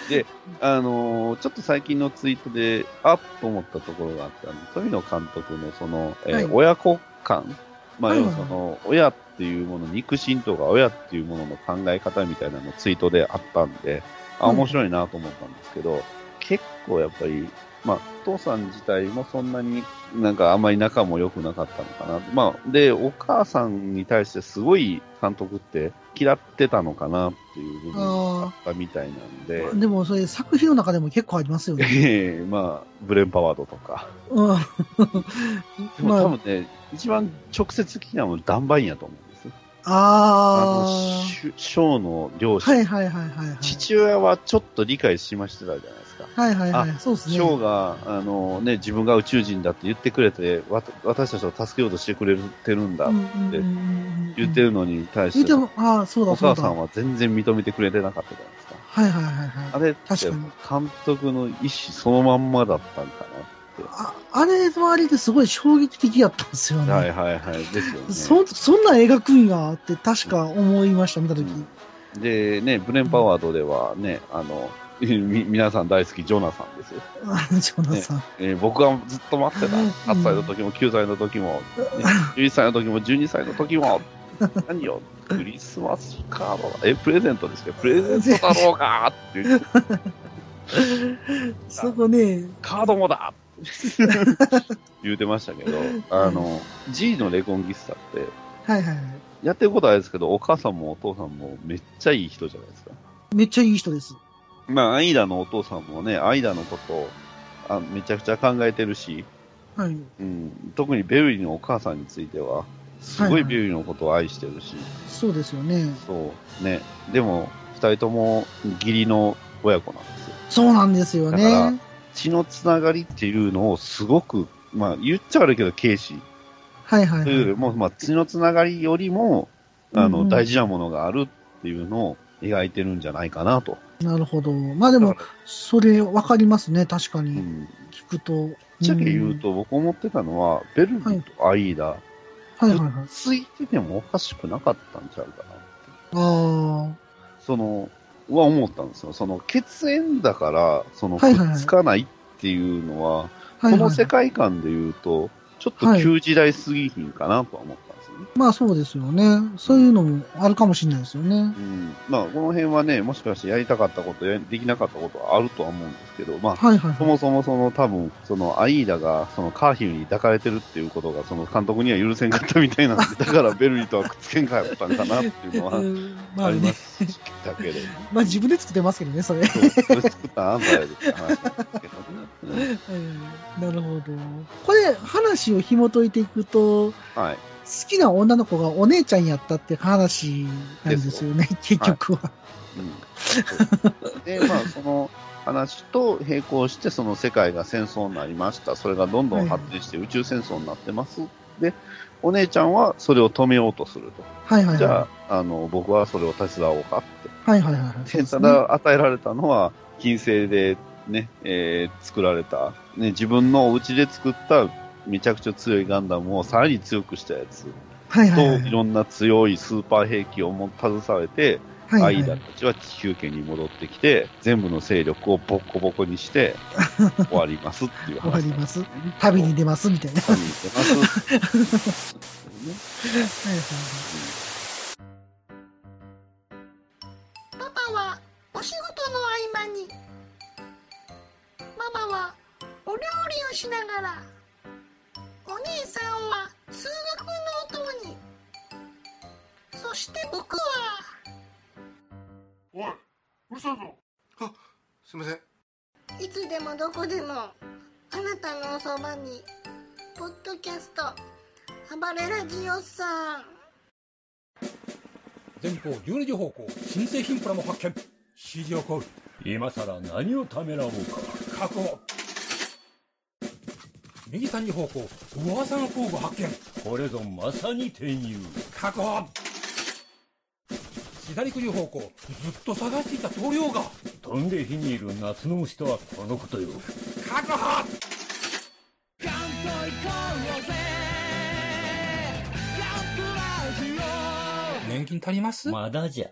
で、あのーちょっと最近のツイートで、あっと思ったところがあったんで、富野監督のその、えーはい親子感、まあ、はい要はいはその、親っていうもの、肉親とか親っていうものの考え方みたいなのツイートであったんで、うあ、ん面白いなと思ったんですけど、結構やっぱり、まあ、お父さん自体もそんなになんかあんまり仲も良くなかったのかな。まあ、で、お母さんに対してすごい監督って嫌ってたのかなっていう部分があったみたいなんで、 でも、それ作品の中でも結構ありますよね。ええまあ、ブレンパワードとか。うんでもまあ、多分ね、一番直接的なのはダンバインやと思うんです。ああの、ーシュショーの両親、はいはいはいはいはい。父親はちょっと理解しましてたじゃないですか。はいはいはい。そうですね。ショーが、あのね、自分が宇宙人だって言ってくれて、わた私たちを助けようとしてくれてるんだ、って言ってる。るのに対言し、ってても、ああ、そうだおそう母だ。さんは全然認めてくれてなかったじゃないですか。はいはいはいはい。あれって確かに監督の意思そのまんまだったんかああれはあれですごい衝撃的やったんですよね。な。はいはいはい。ですよね。そそんな描くんやって確か思いました、見たとき。で、ね、ブレンパワードではね、あの、 み皆さん大好きジョナサンですよ。あのジョナサン。えー僕はずっと待ってた。8歳の時も9歳の時も、ね、11歳の時も12歳の時も、何よ、クリスマスカードだ。え、プレゼントですけど、プレゼントだろうがっていう、 そこね、カードもだ言うてましたけど、あの、G のレコンギスタって、はいはいはい。やってることはあれですけど、お母さんもお父さんもめっちゃいい人じゃないですか。めっちゃいい人です。まあ、アイダのお父さんもね、アイダのことをあめちゃくちゃ考えてるし、はい。うん、特にベルリーのお母さんについては、すごいベルリーのことを愛してるし、そうですよね。そうね、でも、二人とも義理の親子なんですよ。そうなんですよね。だから血のつながりっていうのをすごく、まあ、言っちゃ悪いけど、軽視はいはい、というよはりい。も、まあ、血のつながりよりも、あうの、んうん大事なものがあるっていうのを描いてるんじゃないかなと。なるほど。まあでもだ、からそれわかりますね、確かうに。ん聞くと。ぶっぶっちゃけ言う。と、僕思ってたのは、ベルリーとアイダ、はいはいはい。ついててもおかしくなかったんちゃうかなって。あその、は思ったんですよ。その、血縁だから、その、くはいはいはいっつかないっていうのは、あ。はいはい、この世はい。界観で言うと、ちょっとはい旧時代すぎひんかなとは思ったんですよね。まあそうですよね。そういうのもあるかもしれないですよねう。ん。まあ、この辺はね、もしかしてやりたかったこと、やできなかったことはあるとは思うんですけど、まあ、はいはいそはい。もそもその多分、そのアイーダがそのカーヒルに抱かれてるっていうことがその監督には許せんかったみたいなんで、だからベルリーとはくっつけんかったんかなっていうのはうん まあありまね、すだけど、まあ自分で作ってますけどね、 それ。そうそれ作ったのあんたやでって話なんですけどね。えーなるほど。これ、話を紐解いていくと、うんはい。好きな女の子がお姉ちゃんやったって話なんですよね、結局は。うん、で、まあ、その話と並行して、その世界が戦争になりました。それがどんどん発展して宇宙戦争になってます。で、お姉ちゃんはそれを止めようとすると。はいはいじはゃあ、あの、僕はそれを手伝おうかって。い。はいはいはい。でただ、与えられたのは、金星でね、えー作られた、ね、自分のお家で作っためちゃくちゃ強いガンダムをさらに強くしたやつはいはいと、はいいろんな強いスーパー兵器をも携えて、はいはいアイダたちは地球圏に戻ってきて、全部の勢力をボッコボコ にして、終わりますっていうわかり話。ます。旅に出ますみたいな。は旅に出ます。いねはいはいパパはお仕事の合間にママはお料理をしながらお兄さんは通学のお供にそして僕はおい、うるさいぞ。あ、すみません。いつでもどこでもあなたのおそばにポッドキャスト暴れラジオさん前方12時方向新製品プラも発見 CG をコール今さら何をためらおうか確保右3時方向噂の工具発見これぞまさに転入確保左9時方向ずっと探していた棟梁が飛んで火にいる夏の虫とはこのことよ確保年金足りますまだじゃ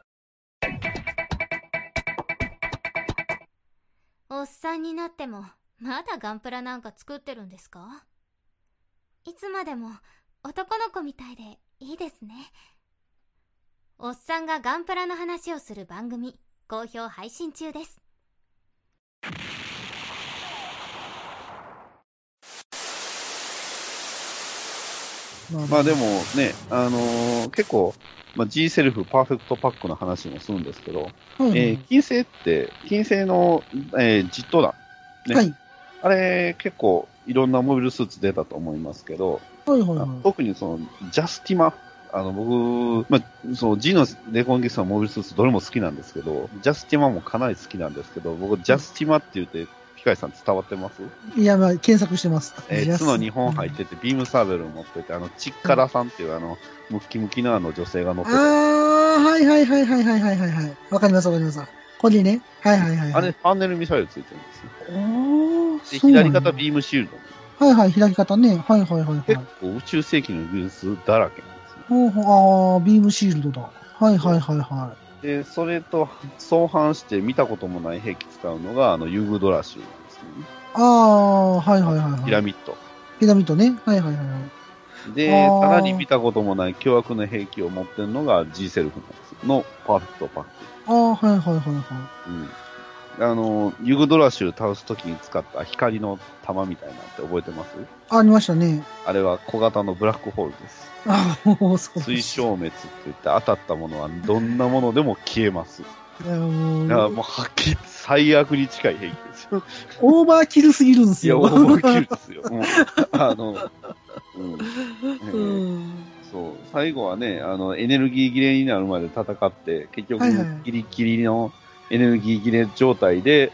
おっさんになっても、まだガンプラなんか作ってるんですかいつまでも男の子みたいでいいですね。おっさんがガンプラの話をする番組、好評配信中です。まあまあでもね、あのー結構、まあ、G セルフパーフェクトパックの話もするんですけど、うんえー金星って、金星の、えー実弾、ねはい。あれ結構いろんなモビルスーツ出たと思いますけど、はいはいあはいの特にそのジャスティマ、あの僕、まあ、その G のレコンギスタのモビルスーツどれも好きなんですけど、ジャスティマもかなり好きなんですけど、僕ジャスティマって言って、ピカイさん伝わってますいや、まあ、検索してます。えジャー、ス角2本入ってて、ビームサーベルを持ってて、あの、チッカラさんっていう、あの、ムッキムキのあの女性が乗ってて、あー、はいはいはいはいはいはいはいはい。わかりますわかります。これね。はいはいはい、はい。あれ、パンネルミサイルついてるんですよ。おー、で、そうなん左だ肩ビームシールド。はいはい、左肩ね。はいはいはい結はい。構宇宙世紀の技術だらけなんですよ。ほうほう、あー、ビームシールドだ。はいはいはいはで、それと相反して見たこともない兵器使うのが、あの、ユーグドラシュなんですよい。あー、はいはいはい、ね。はピい。ラミッド。ピラミッドね。はいはいはいはい。であー、さらに見たこともない凶悪な兵器を持ってるのが G セルフなんですよのパーフェクトパック。あー、はいはいはいはい。うん。あの、ユグドラシュ倒すときに使った光の玉みたいなって覚えてますありましたね。あれは小型のブラックホール です。あー、もうそう。水消滅って言って当たったものはどんなものでも消えます。いやもだからう、もうはっきり言って最悪に近い兵器ですよ。オーバーキルすぎるんですいや、よ。オーバーキルですよ。もうあの、 うん。うん。そう、最後はね、あの、エネルギー切れになるまで戦って、結局はいはい、ギリギリのエネルギー切れ状態で、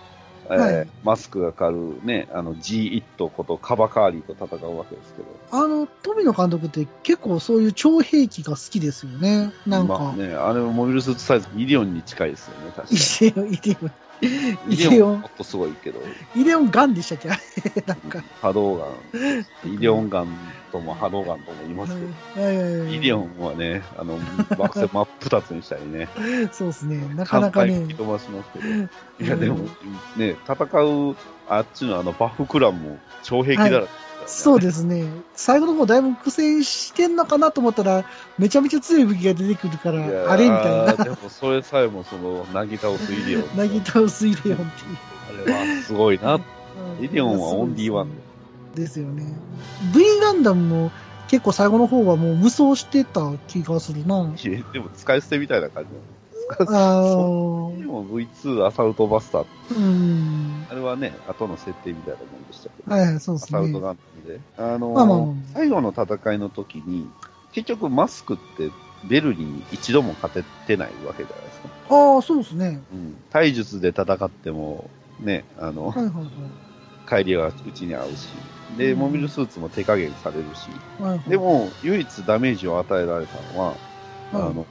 えーはいマスクがかかるね、あの、G1 ことカバカーリーと戦うわけですけど。あの、富野監督って結構そういう超兵器が好きですよね。なんか。まあね、あれもモビルスーツサイズ、イデオンに近いですよね、確かイデオン、イデオン。に。イデオンもっとすごいけど、イデオンガンでしたっけ あれ、なんか。波動ガン、イデオンガンとも波動ガンとも言いますけど、はいはいはいはいイデオンはね、あの、惑星真っ二つにしたりね、そうですね。なかなか乾杯吹ねき。飛ばしますけど。いや、でも、ね、戦う、あっちのあの、バフクランも、超兵器だらけ、そうですね。最後の方だいぶ苦戦してんのかなと思ったら、めちゃめちゃ強い武器が出てくるから、やあれみたいな。でも、それさえも、その、なぎ倒すイ デオン。なぎ倒すイデオンっていうあれは、すごいな。うん。イデオンはオンリーワンですよね。V ガンダムも結構最後の方はもう無双してた気がする な。いやでも、使い捨てみたいな感じあなの。でーも、V2 アサルトバスター。うん。あれはね、後の設定みたいなもんでしたけど。はいはい、そうアですサルトね。ガンダムで。あのーまあまあまあ最後の戦いの時に、結局マスクってベルリンに一度も勝ててないわけじゃないですか。ああ、そうですね。うん。体術で戦っても、ね、あの、はいはいは帰りはうちに合うし。で、うんモビルスーツも手加減されるし。い。はいはい、で、も、唯一ダメージを与えられたのは、あはい、 の、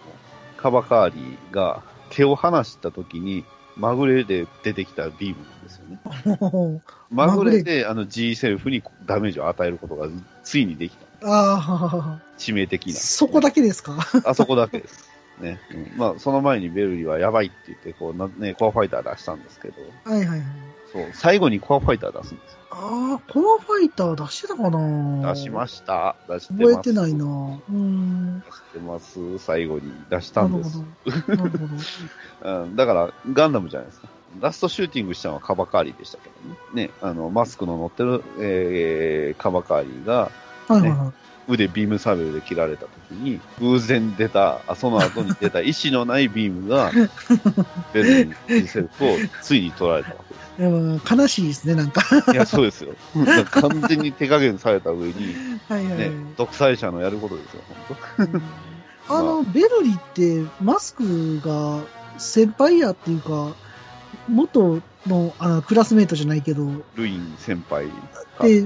カバカーリーが毛を離した時に、まぐれで出てきたビームなんですよね。まぐれで、あの G セルフにダメージを与えることがついにできた。あ致命的あ、な。そこだけですか あそこだけです。ね。うんまあ、その前にベルリーはやばいって言って、こう、なね、コアファイター出したんですけど、はいはいはい。そう、最後にコアファイター出すんですああ、コアファイター出してたかよ。な出しました。出してます。覚えてないな。うーん。な出してます。最後に出したるんですほ。ど。なるほど。 うん、だから、ガンダムじゃないですか。ラストシューティングしたのはカバカーリーでしたけどね。ね、あの、マスクの乗ってる、えー、カバカーリーがはいはいはい。腕ビームサーベルで切られた時に、偶然出た、あその後に出た意志のないビー ムが、ベルに見せると、ついに取られたわけでです。も悲しいですね、 なんか。いや、そうですよ。完全に手加減された上に、はいはいはい。ね、独裁者のやることですよ、本 あの、ベルリって、マスクが先輩やっていうか、元のあクラスメートじゃないけど、っ当。ルイン先輩が。て、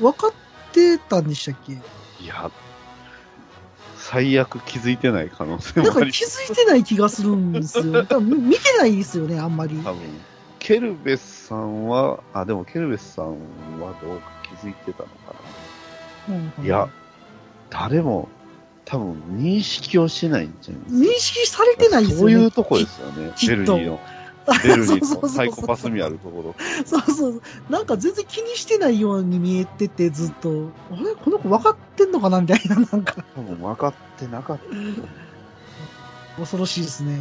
分かってたんでしたっけいや、最悪気づいてない可能性なんもあかり気づいてない気がするんです よ。多分見てないですよね、あんまり。多分ケルベスさんは、あ、でもケルベスさんはどうか気づいてたのかな。いや、誰も多分認識をしてないんじゃないですか認識されてないですそようね。いうとこですよね。ききっベとルリーの、ベルリそうー そうそうそのうサイコパスにあるところ。そうそう。なんか全然気にしてないように見えてて、ずっと。あれこの子分かってんのかなみたいな、なんか。多分分かってなかった。恐ろしいですね。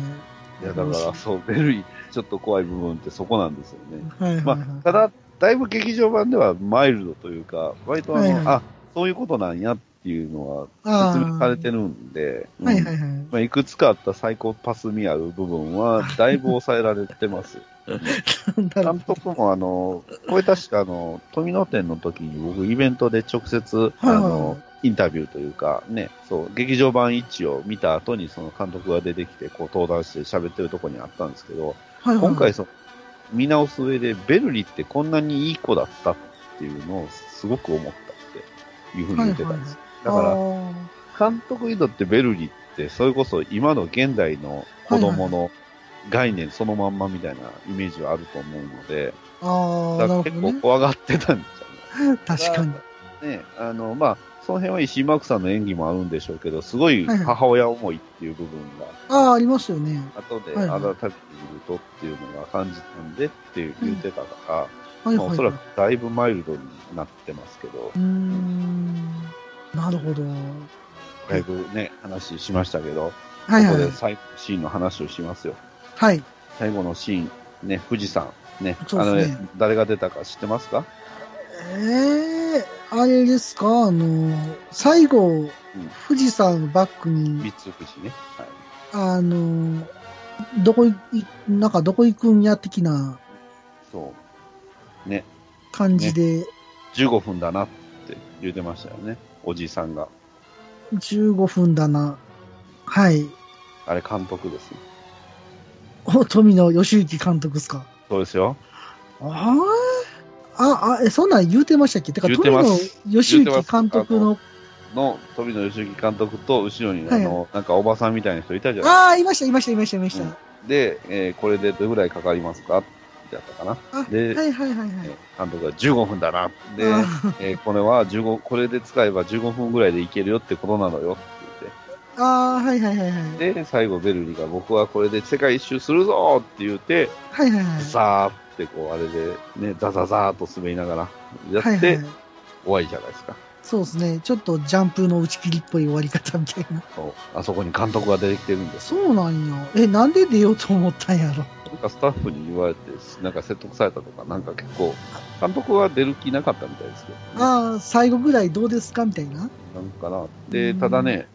いや、だからそう、ベルリー、ちょっと怖い部分ってそこなんですよね。はいはい、はい。まあ、ただ、だいぶ劇場版ではマイルドというか、割とあの、はいはいあ、そういうことなんやっていうのはあー説明されてるんで、うんはいはいはい。まあ、いくつかあったサイコパスにある部分は、だいぶ抑えられてます。 なる監ほど。督も、あの、これ確か、あの、富野店の時に僕、イベントで直接、あはいはいの、インタビューというか、ね、そう、劇場版1を見た後に、その監督が出てきて、こう、登壇して喋ってるとこにあったんですけど、はいはい今回、その、見直す上で、ベルリってこんなにいい子だったっていうのを、すごく思ったっていうふうに言ってたんです。だから、ら、監督にとってベルリって、それこそ今の現代の子供の概念そのまんまみたいなイメージはあると思うので、あだあ、かならる結ほ構どね。怖がってたんじ確かに。ゃないね。あの、まあ、その辺は石井真子さんの演技もあるんでしょうけど、すごいはいはい母親思いっていう部分が、ああ、ありましたよね。後ではいはい改めて見るとっていうのが感じたんでっていう言ってたから、はいまあはい、おはい。そらくだいぶマイルドになってますけどう、ーん。なるほど。だいぶね、話しましたけど、はいこはこいはでい。最後のシーンの話をしますよ。はい。最後のシーン、ね、富士山、ね、そうですねあの、誰が出たか知ってますかええあれですか、あの、最後、富士山バックに、三つ富士ね。はい。あの、どこい、なんかどこ行くんや的なそう。感じで、 15分だなって言ってましたよね。おじいさんが。 15分だな。はい。あれ、監督ですね。お富野義行監督ですか。そうですよ。ああ、あ、あ、え、そんなん言うてましたっけてか、言う富て野ます義行監督の、の、富野義行監督と、後ろに、あはいの、なんかおばさんみたいな人いたじゃないああ、いました、いました、いました、いました。うんで、えーこれでどれぐらいかかりますかってやったかな。あ、はでいはいはいはい。えー監督が15分だな。で、あえーこれは15、これで使えば15分ぐらいでいけるよってことなのよって言って。ああ、はいはいはいはい。で、最後ベルリが僕はこれで世界一周するぞって言って、はいはいはい。さーってこうあれでね、ザザザーっと滑りながらはいはやっいてはい。終わりじゃないですか。そうですね。ちょっとジャンプの打ち切りっぽい終わり方みたいな。そうあそこに監督が出てきてるんです。そうなんよ。え、なんで出ようと思ったんやろ。なんかスタッフに言われて、なんか説得されたとか、なんか結構、監督は出る気なかったみたいですけど、ね、ああ、最後ぐらいどうですかみたいな。なんかな。で、ただね、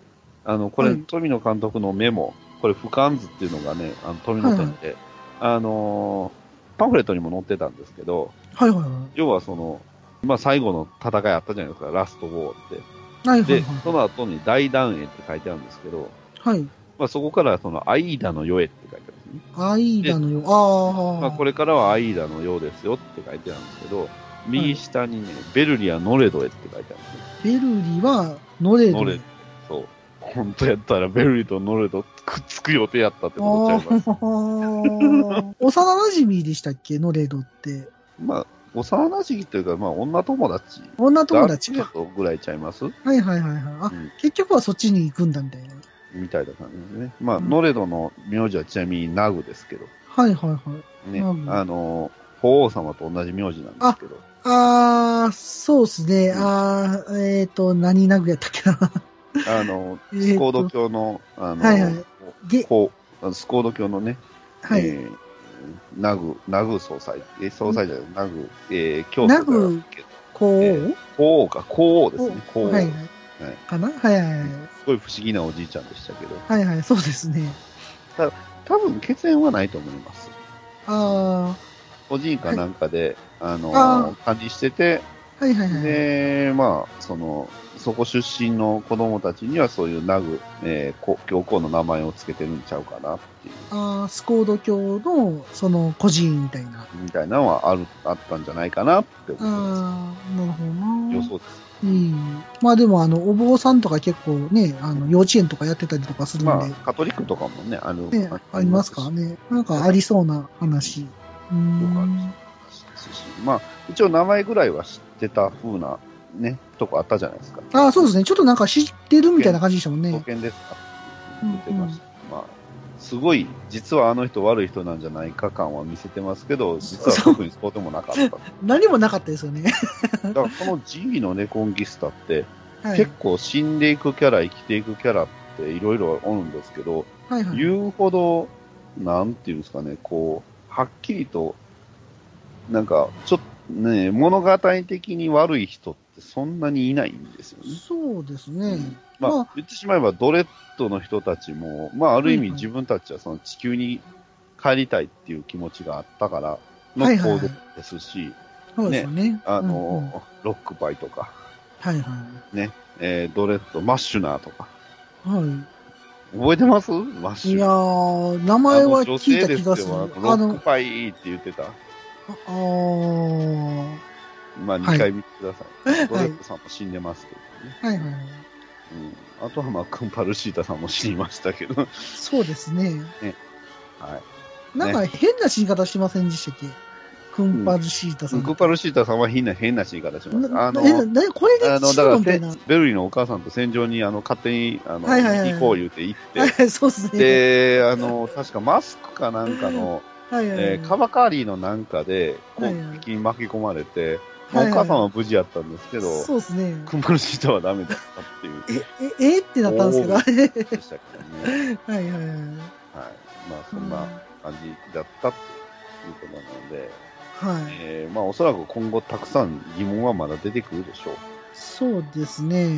あの、これ、はい富野監督のメモ、これ、俯瞰図っていうのがね、あの富野店で、あのーパンフレットにも載ってたんですけど、はいはいはい。要はその、まあ、最後の戦いあったじゃないですか、ラストウォーって。はいはいではい、その後に大団円って書いてあるんですけど、はい。まあ、そこからそのアイーダの世へって書いてあるんですね。アイダのよう。ああ。まあ、これからはアイーダのようですよって書いてあるんですけど、右下にね、ベルリア・ノレドへって書いてあるんですね。ベルリはノレド。ノレド。そう。本当やったらベルリとノレドくっつく予定やったってことちゃいます。あー幼馴染でしたっけ、ノレドって。まあ、幼馴染というか、まあ、女友達。女友達か。男の子ぐらいちゃいますはいはいはいはい。あ、うん結局はそっちに行くんだみたいな。みたいな感じですね。まあ、うんノレドの名字はちなみにナグですけど、はいはいはい。ね、うんあの、法王様と同じ名字なんですけど、あー、そうっすね。あー、えっ、と、何殴やったっけな。 あの、えーとスコード教の、あの、はいはいげ、こうあのスコード教のね、はい。えーナグ、ナグ総裁、えー総裁じゃない、ナグ、えー、教ナ祖グだけど、こう、えー皇王か、皇王ですね、皇は王、いはい。はいかなはいはいはい。すごい不思議なおじいちゃんでしたけど、はいはい、そうですね。多分血縁はないと思います。あ個人かなんかで、あのあ管理してて、ー、はいはいはい。で、まあ、その、そこ出身の子供たちにはそういうナグ、えーこ、教皇の名前をつけてるんちゃうかなっていう、あー、スコード教の、その、個人みたいな。みたいなのはある、あったんじゃないかなって思いまあー、なるほどす。な。予想です。うん。まあでも、あの、お坊さんとか結構ね、あの、幼稚園とかやってたりとかするんで、まあ、カトリックとかもね、ある、ね、ありますからね。なんかありそうな話。うーん。ですしまあ、一応名前ぐらいは知ってた風な、ね、とこあったじゃないですか。あーそうですね。ちょっとなんか知ってるみたいな感じでしたもん保ね。険ですかって言ってました。まあ、すごい、実はあの人悪い人なんじゃないか感は見せてますけど、実は特にそうでもなか った。何もなかったですよ ね。だからこの G のネコンギスタって、はい結。構死んでいくキャラ、生きていくキャラっていろいろおるんですけど、はいはい。言うほど、なんていうんですかね、こう、はっきりと、なんか、ちょっとね、物語的に悪い人ってそんなにいないんですよね。そうですね。まあ、まあ言ってしまえば、ドレッドの人たちも、まあ、ある意はい味はい自分たちはその地球に帰りたいっていう気持ちがあったからのはいはいは行い動ですし、そうですよね。あうんうんの、ロックバイとか、はいはえードレッド、マッシュナーとか、い。は覚えてますマッい。シいュやナー。ー、名前はあの女聞い性たで気すがする。よ、ああのロッのク、バイって言ってた。ああー、まはあ、い2回見てください。ドレッドさんも死んでますけはいはいはい。どね。うん、あとは、まあ、クンパルシータさんも死にましたけど、 はい。そうですね。なんか変な死に方しませんでしたっけクンパルシータさん。クンパルシータさんは変な、変な死に方します。なあの、えなこれあがの、死だぬからみたせいな。はベルリーのお母さんと戦場に、あの、勝手に、あの、はいはいはい行こう言うて行って、い、 そうですね。 で、あの、確かマスクかなんかの、はいはいはいえーカバカーリーのなんかで、こはいはう、い敵に巻き込まれて、まあ、おはいはい母さんは無事やったんですけど、そうですね。クンパルシータはダメだったっていう、え、え、えってなったんですけど、おあれ。はいでしたけどね。 はいはい。はい。まあ、そんな感じだったっていうことなので、はい。えーまあ、おそらく今後たくさん疑問はまだ出てくるでしょう。そうですね。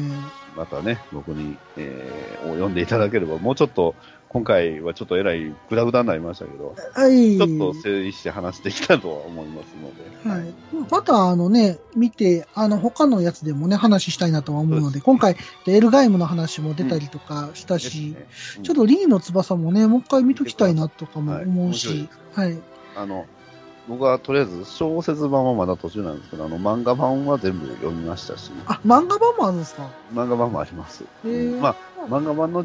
またね、僕に、えーを読んでいただければ、もうちょっと、今回はちょっとえらいグダグダになりましたけど、はい。ちょっと整理して話してきたとは思いますので、はい。また、あのね、見て、あの、他のやつでもね、話したいなとは思うのそうでで、す今回、エルガイムの話も出たりとかしたし、ですねちょっとリーの翼もね、もう一回見ときたいなとかも思うはい面し、はい。うんあの僕はとりあえず小説版はまだ途中なんですけど、あの漫画版は全部読みましたし、あ、漫画版もあるんですか漫画版もあります。へーうんまあ、漫画版の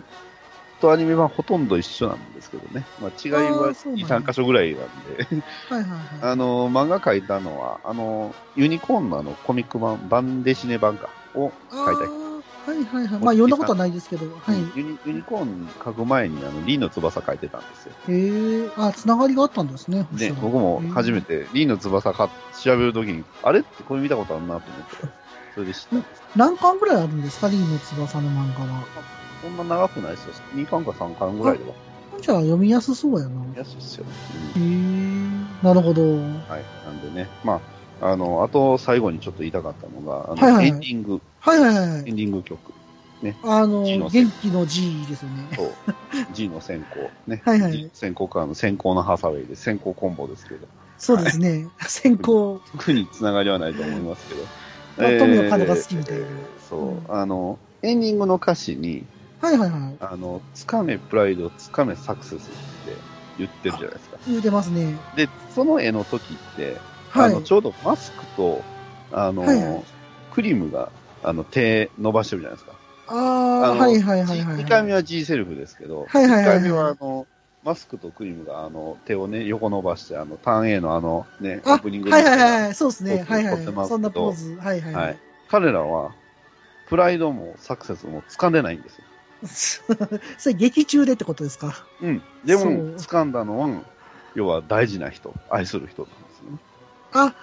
とアニメ版ほとんど一緒なんですけどね、まあ、違いあはーそうなん2、や3箇所ぐらいなんで、はいはいはい。あの、漫画描いたのは、あの、ユニコーンのあのコミック版、バンデシネ版か、を描いた人。あーはいはいはい。まあ、読んだことはないですけど、はい。ユニユニコーン描く前に、あの、リーの翼描いてたんですよ。へえ、あ、つながりがあったんですね。星で、が僕も初め。へて、リーの翼か調べるときに、あれってこれ見たことあるなと思って、それで知ったんです。ー何巻ぐらいあるんですかリーの翼の漫画は。そんな長くないですよ。2巻か3巻ぐらいでは。じゃあ、読みやすそうやな。へ安いですよ、え、なるほど。はうんはい。なんでね、まあ、あの、あと最後にちょっと言いたかったのが、あの、はいはいはいエンディング、いはいはいエ。ンディング曲。あの、 G の元線気の G ですよね。と G の先行、ね。はいはい G の先行からの先行のハサウェイで先行コンボですけど、 そうですね。先行。特につながりはないと思いますけど。まあ富野カドが好きみたいなそうう、んあの、エンディングの歌詞に、はいはいはい。あの、つかめプライド、つかめサクセスって言ってるじゃないですか。言うてますね。で、その絵の時って、はあい。の、ちょうどマスクと、あの、はいはいクリムが、あの、手伸ばしてるじゃないですか。あああ、のはいはいはいはいはい。 2回目は G セルフですけど、はいはいはいはい1回目はあのマスクとクリームがあの手をね、横伸ばして、あのターン A のあのね、オあ、ープニングのはいはいはい。そうですね。ポはーいズはを取ってまい。すけどそんなポーズ。はいはいははいい。彼らは、プライドもサクセスも掴んでないんですよ。 それ劇中でってことですかうん。でもそう、掴んだのは、要は大事な人、愛する人なんですよね。あ、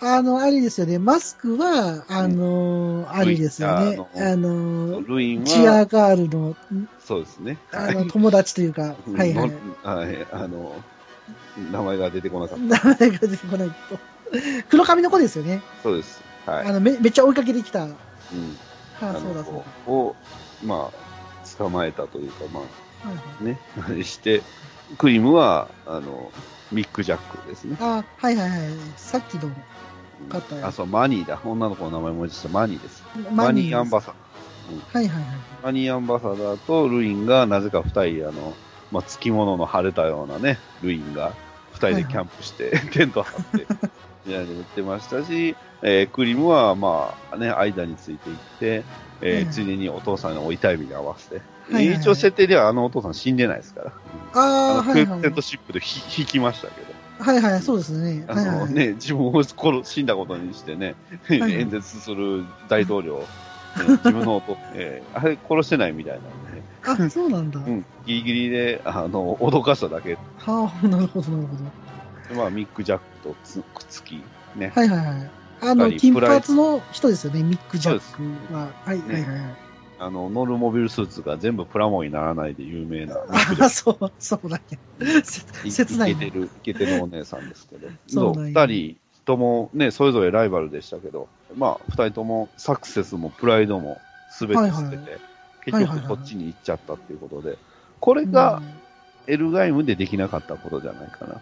あの、あれですよね。マスクは、あのーあれですよね。うんあのールインチアは、ガールの、そうですね。あの、友達というか、はいはい。のはいあの、名前が出てこなかった。名前が出てこないと。黒髪の子ですよね。そうです。はいあ。のめ、めっちゃ追いかけてきた。はうん。あ、あそうだのそう子を、まあ、捕まえたというか、まあ、だ。はいはいね、して、クリームは、あの、ミック・ジャックですね。あ、はいはいはい。さっきのうん買ったよあ、そう、マニーだ。女の子の名前も実はマニーです。マニーアンバササダはいはいはい。ー。マニーアンバサダーとルインが、なぜか二人、あの、まあ、つきものの晴れたようなね、ルインが、二人でキャンプして、 テント張って、いや、売ってましたし、えークリームは、まあ、ね、間についていって、えーうんついでにお父さんのお痛い目に合わせて、はいはいはい一応設定ではあのお父さん死んでないですから、ああ、あのはクいイはいッ。トシップでひ引きましたけど、はいはい、そうですね。あはいはいのはい。ね、自分を殺死んだことにしてね、いはい演説する大統 領、ね自分の音、えーあれ殺してないみたいなんで、ねあ、そうなんだ。うはん、ギリギリであの脅かしただけ、あ、なるほど、なるほど。でまあ、ミック・ジャックとつくっつき、ねはいはいはい。あやっぱの、り金プライ髪の人ですよね、ミック・ジャックは。はいはねいはいはい。あの、ノルモビルスーツが全部プラモにならないで有名なミック・ジャあ、ッそう、そうだっけ。せク、切ないいけなて。る、いけてるお姉さんですけど、そうそうなん二や人ともね、それぞれライバルでしたけど、まあ、二人ともサクセスもプライドも全て捨てて、はいはい結はいはいは局いこっちに行っちゃったっていうことで、これうんがエルガイムでできなかったことじゃないかな。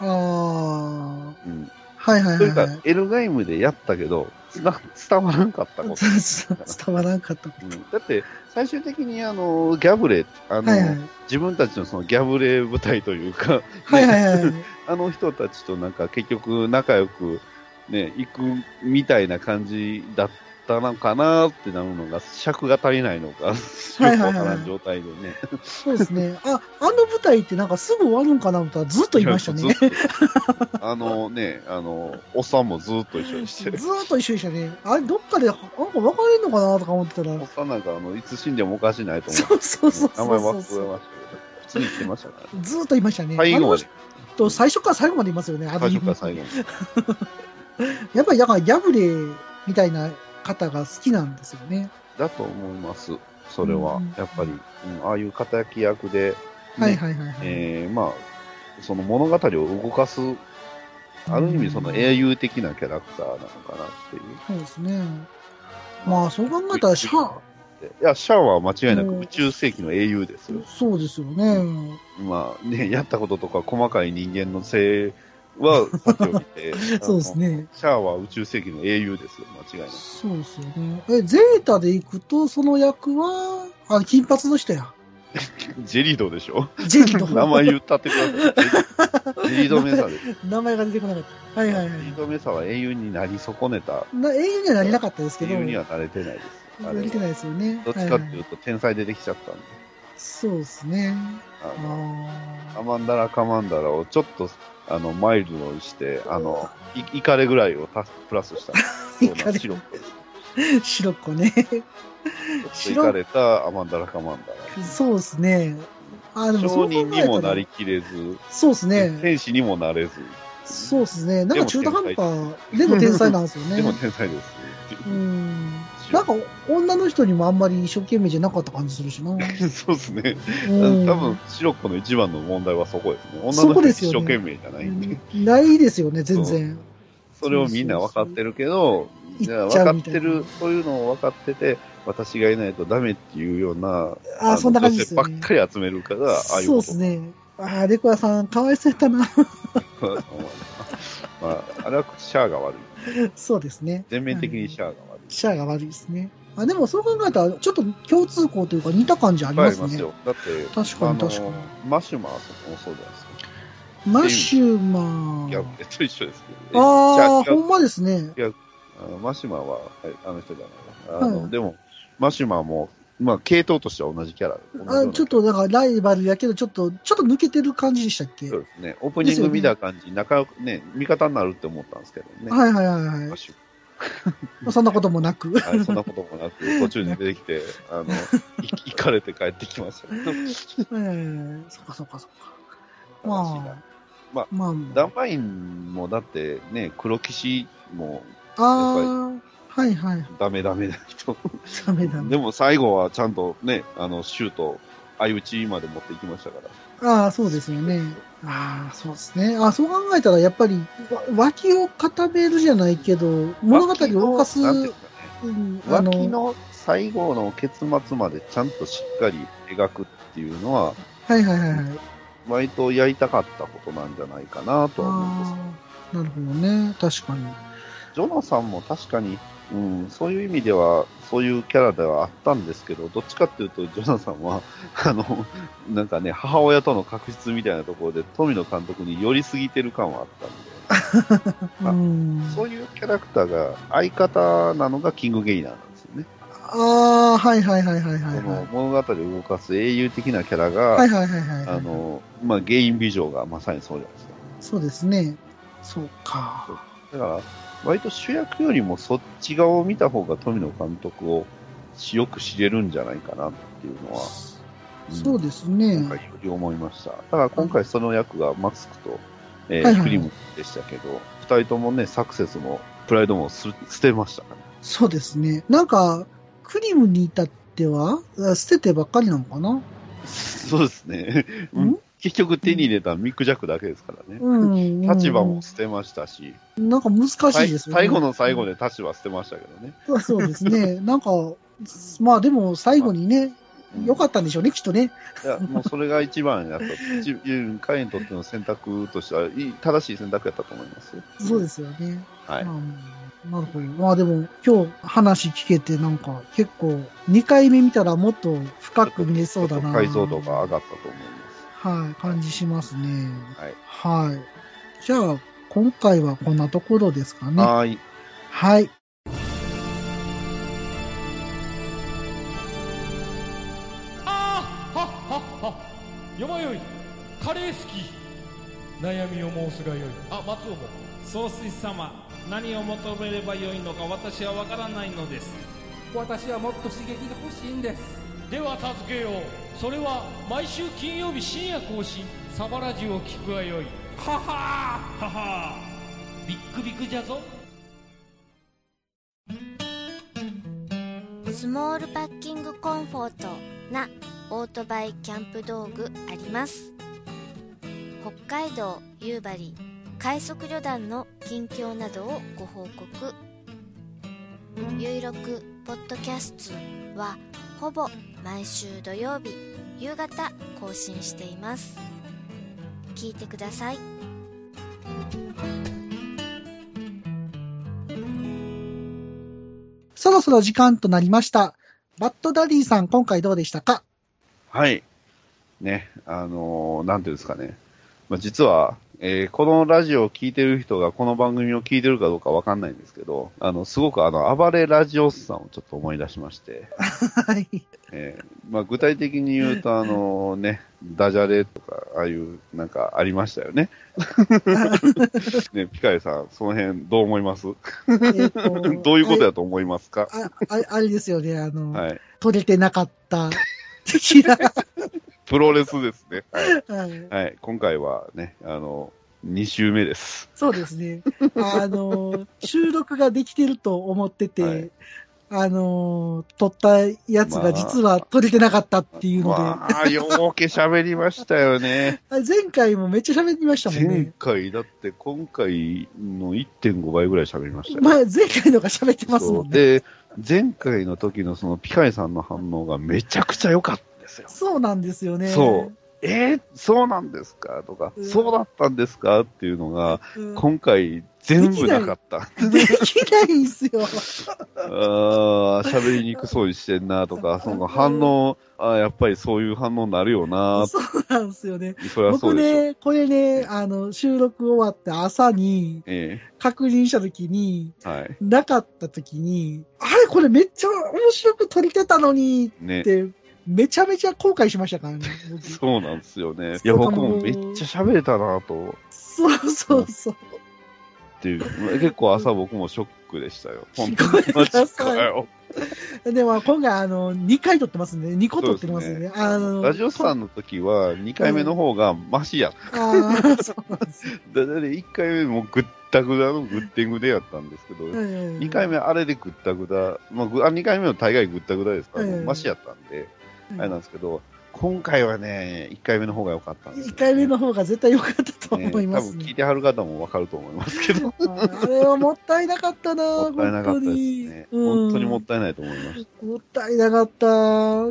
ああ、うん。はいはいというはかい、。エルガイムでやったけど、つな伝わらんかったこと。伝わらんかった。うん、だって、最終的にあの、ギャブレ、あの、はいはい。自分たちのそのギャブレ部隊というか、はいはいはい。あの人たちとなんか結局仲良くね、行くみたいな感じだったのかなってなるのが、尺が足りないのか、よくはいはいわからん状態でね。そうですね。あ、あの舞台ってなんかすぐ終わるんかなと思ったらずっといましたね。ずっと あのね、あの、おっさんもずっと一緒にしずて。ーっと一緒でしたね。あれ、どっかで、なんか別れんのかなとか思ってたおっら。さんなんかあの、いつ死んでもおかしないと思そうそうう。そう名前そう忘れそう。ましたけど。普通に言ってましたから。ずーっといましたね。最後まで。あの人最初から最後までいますよね、あの最初から最後まで。やっぱりだからギャブレみたいな方が好きなんですよね。だと思います。それうはん。やっぱり、うんああいう敵役で、ねはいはいはいはい。えーまあ、その物語を動かす、ある意味その英雄的なキャラクターなのかなっていう。そうですね。まあそう考えたらシャア、いや、シャアは間違いなうくん宇宙世紀の英雄ですよ。そうですよね。。まあね、やったこととか細かい人間の性は、さっき見て そうですあの。ね。シャアは宇宙世紀の英雄ですよ、間違いなく。そうですよね。え、ゼータで行くと、その役は、あ、金髪の人や。 ジェリードでしょジェリーの 名前言ったってください。ジェリードメサです。ジ名前が出てこなかった。はいはェいはリーい。ドメサは英雄になり損ねた。な英雄にはなれなかったですけ英ど、雄になはなれてないです。あれれてはないですよね。どっちかっていうと天才出てきちゃったんで。そうですね。ああのアーマンダラカマンダラをちょっとあのマイルドにして、あの、いイカレぐらいを足すプラスした。そう イカなレシロップです。白っ子 ね。ちょっとイカれたアマンダラカマンそうですね。あ、ダでラ。もそ商う考えた人にらもなりきれず、そうですね。天使にもなれず、そうですね。なんか中途半で端でも天才なんですよでもね。天才です。うん。なんか女の人にもあんまり一生懸命じゃなかった感じするしな。うん、そうですね。多多分、シロッコの一番の問題はそこですね。女そのこ人です一よね生懸命じゃないんで。ないですよね、全然。それをみんな分かってるけど、そうそうそうじゃあ行っち分ゃかうっみたいてなる、そういうのを分かってて、私がいないとダメっていうような、あのあ、そんな感じですよ女性ねばっ。かり集めるから、ああいうそうこでとすね。ああ、レコヤさん、かわいそうやったな。 だと思い ます。まあ、あれはシャアが悪い。そうですね。全面的にシャアが悪い。シャアが悪いですね。あでもそう考えたら、ちょっと共通項というか似た感じあいりっぱいまあすりまね。すよ。だって、確かに確かにあのマシュマーとかもそうじゃないですか。マシュマギャーブ。レと一緒ですけど。ああ、じゃあ違ほうんまですね。あのマシュマはえあの人じゃないなあの、はいでも、マシュマも、まあ、系統としては同じキャラ。同じようなあちょっと、だからライバルやけど、ちょっと、ちょっと抜けてる感じでしたっけ、そうですね。オープニング見た感じ、仲良くね、味方になるって思ったんですけどね。はいはいはいはいマ。シュ まあそんなこともなく。マはいそんなこともなく、途中で出てきて、あの、い行かれて帰ってきましたけど。 ええそっかそっかそっか。悲しいまなあ、まあ、ダンパインもだってね、黒騎士もああ、はいはい。ダメダメだ人。ダメダメ。でも最後はちゃんとね、あの、シュート、相打ちまで持っていきましたから。ああ、そうですよね。ああ、そうですね。ああ、そう考えたら、やっぱり、わ脇を固めるじゃないけど、物語を動かす、脇のなんていううかねん、あの、脇の最後の結末までちゃんとしっかり描くっていうのは、はいはいはいはい。割とやりたかったことなんじゃないかなとは思うんですああ、なるほどね。確かに。けど、ジョナさんも確かに、うん、そういう意味では、そういうキャラではあったんですけど、どっちかっていうと、ジョナさんは、 あの、なんかね、母親との確執みたいなところで、富野監督に寄りすぎてる感はあったんで。あうん。そういうキャラクターが相方なのがキングゲイナーなんですよね。ああ、はいはいはいはいはいそはのい。物語を動かす英雄的なキャラが、はいはいはいはいはい。あの、まあ、ゲイン美女がまさにそうじゃないですか。そうですね。そうか。だから、割と主役よりもそっち側を見た方が富野監督をよく知れるんじゃないかなっていうのは、んそうですね今。回より思いました。だから今回その役がマスクと、えーはいはいクリムでしたけど、二人ともね、サクセスもプライドもす捨てましたからね そうですね。なんか、クリムに至っては、あ捨ててばっかりなのかなそうですね。うんん結局手に入れたミック・ジャックだけですからね。うん。立場も捨てましたし、なんか難しいですよね。最後の最後で立場捨てましたけどね。そうそうです ね。なんか、まあでも最後にね、良かったんでしょうね、きっとね。いや、もうそれが一番やった。自分彼にとっての選択としては、いい正しい選択やったと思いますよ。そうですよね。はい。まあなるほど。まあでも、今日話聞けてなんか、結構、2回目見たらもっと深く見れそうだな。解像度が上がったと思います。はい、感じしますね。はい。はい。じゃあ、今回はこんなところですかね。はーい。はい。ああはっはっはよまよいカレー好き悩みを申すがよいあ松尾も総帥様何を求めればよいのか私は分からないのです私はもっと刺激が欲しいんですでは授けようそれは毎週金曜日深夜更新サバラジを聞くがよいははーははービックビックじゃぞスモールパッキングコンフォートなオートバイキャンプ道具あります北海道夕張快速旅団の近況などをご報告「ゆいろくポッドキャスト」はほぼ毎週土曜日夕方更新しています聞いてくださいそろそろ時間となりました。バッドダディさん、今回どうでしたか はい。ね、あのーなんていうんですかね。まあ、実は、えーこのラジオを聞いてる人がこの番組を聞いてるかどうかわかんないんですけど、あの、すごくあの、暴れラジオスさんをちょっと思い出しまして、はい。えーまあ、具体的に言うと、あのね、ダジャレとか、ああいう、なんかありました よね。ね、ピカイさん、その辺どう思いますえーと どういうことやと思いますかあああれですよね、あの、はい。取れてなかった的な。プロレスですね。はい。はいはい、今回はね、あの、2週目です。そうですね。あの、収録ができてると思ってて、はいあの、取ったやつが実は取れてなかったっていうので、まあ、ようけ喋りました よね。前回もめっちゃ喋りましたもん前ね。回、だって今回の1.5倍ぐらい喋りましたよ。まあ、前回のが喋ってますもそんね。うで、前回の時のそのピカイさんの反応がめちゃくちゃ良かったですよ。そうなんですよね。そう。えー、そうなんですかとか、うんそうだったんですかっていうのが、うん今回全部なかった。できないんすよ。あー喋りにくそうにしてんな とか、その反応、あーやっぱりそういう反応になるよな、そうなんですよね。そりゃそ僕うでしょ。ね、これね、あの、収録終わって朝にえ確認したときに、えはい。なかったときに、あれこれめっちゃ面白く撮りてたのにねっ。て、めちゃめちゃ後悔しましたからね。僕そうなんですよね。いそや、うかも僕もめっちゃ喋れたなと、そうそうそう。っていう。結構朝僕もショックでしたよ。本当ごめにん。なマさいジかよ。でも今回あの、2回撮ってますんで、2個撮ってますんで、そうですねあの、ラジオさんの時は、2回目の方がマシや。ああ、そうなんですよ。だだって1回目もぐったぐだのグッテングでやったんですけど、2 2回目あれでぐったぐだ、まあ、ぐあ2回目の大概ぐったぐだですから、うんマシやったんで、あれな1んですけど、今回はね、1回目の方が良かったんですよ、回目の方が絶対良かったと思いますね多分聞いね。てはる方もわかると思いますけど、あれはもったいなかったな、もったい 本なか当ったですにね。。うん本当にもったいないと思いました。もったいなかっ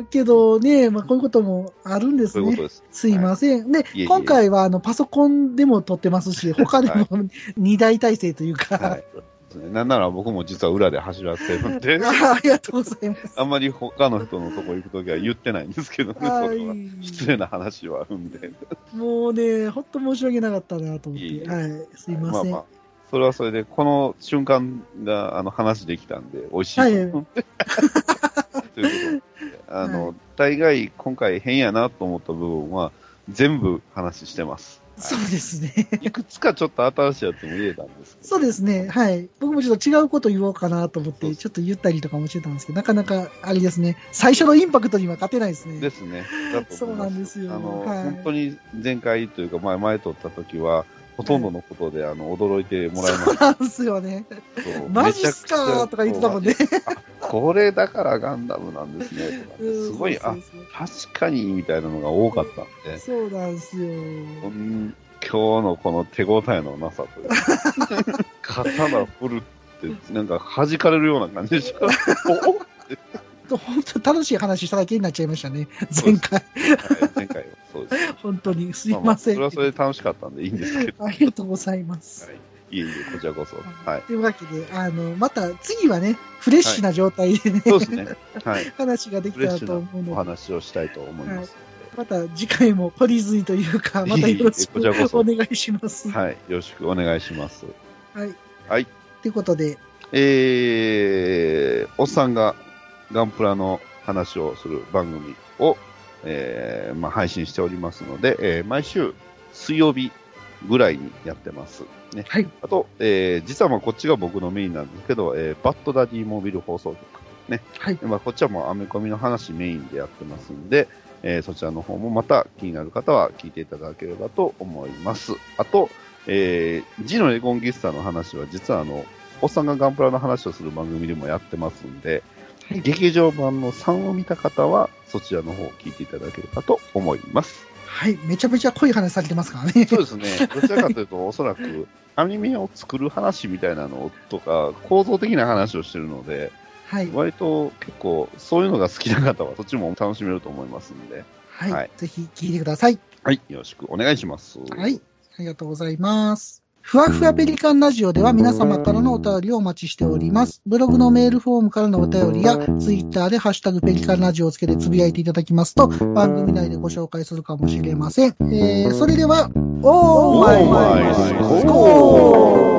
たけどね、まあ、こういうこともあるんですそういうことね。です。すいません。で、いえいえ今回はあのパソコンでも撮ってます し、他でも2大体制というか、はい。なんなら僕も実は裏で走らせてるんで、あありがとうございます。あんまり他の人のとこ行くときは言ってないんですけどね、そはれは。失い、礼な話はあるんで。もうね、ほんと申し訳なかったなと思って、いえいえはい、すいません。ああ、それはそれで、この瞬間が、あの、話できたんで、美味しい。 はいということで、あの、は大概、今回変やなと思った部分は、全部話してます。そうですね。 いくつかちょっと新しいやつも入れたんですけど。そうですね。はい。僕もちょっと違うこと言おうかなと思っそうて、そうちょっと言ったりとかもしてたんですけど、なかなか、あれですね。最初のインパクトには勝てないですね。ですね。だと思いそうまなんですよあの、はい本当に前回というか、前、前撮った時は、ほとんどのことで、あの、驚いてもらいまそうしなんですよね。たけど。マジっすめちゃくちかゃーとか言ってたもんね。これだからガンダムなんですね。とかねすごい、うあん、そうそう確かにみたいなのが多かったんで、そうそうなんですよ。こん今日のこの手応えのなさというか、 刀振るって、なんか弾かれるような感じでした。おお本当楽しい話しただけになっちゃいましたね。前回。はい前回はそうです。本当に。すいません。ああそれはそれで楽しかったんでいいんですけど、ありがとうございます。はいいえいえ、こちらこそ。はい。というわけで、あの、また次はね、フレッシュな状態でね、そうですね。はい。話ができフたらレッシとュ思うなおので、話をしたいと思います。また次回も懲りずにというか、またよろしくいえいえこちらこそお願いします。はい。よろしくお願いします。はい。はいということで、えー、おっさんがガンプラの話をする番組を、えーまあ、配信しておりますので、えー毎週水曜日ぐらいにやってます。ね、はいあと、えー実はまあこっちが僕のメインなんですけど、えーバッドダディモビル放送局。ねはいまあ、こっちはもうアメコミの話メインでやってますんで、えーそちらの方もまた気になる方は聞いていただければと思います。あと、えー、ジのレコンギスタの話は実はあの、おっさんがガンプラの話をする番組でもやってますんで、劇場版の3を見た方は、そちらの方を聞いていただければと思います。はい、めちゃめちゃ濃い話されてますからね。そうですね。どちらかというと、 おそらく、アニメを作る話みたいなのとか、構造的な話をしてるので、はい。割と結構、そういうのが好きな方は、そっちも楽しめると思いますんで、はい。はいぜひ聞いてください。はい、よろしくお願いします。はい。ありがとうございます。ふわふわペリカンラジオでは皆様からのお便りをお待ちしております。ブログのメールフォームからのお便りや、ツイッターでハッシュタグペリカンラジオをつけてつぶやいていただきますと、番組内でご紹介するかもしれません。えー、それでは、オーマイスコー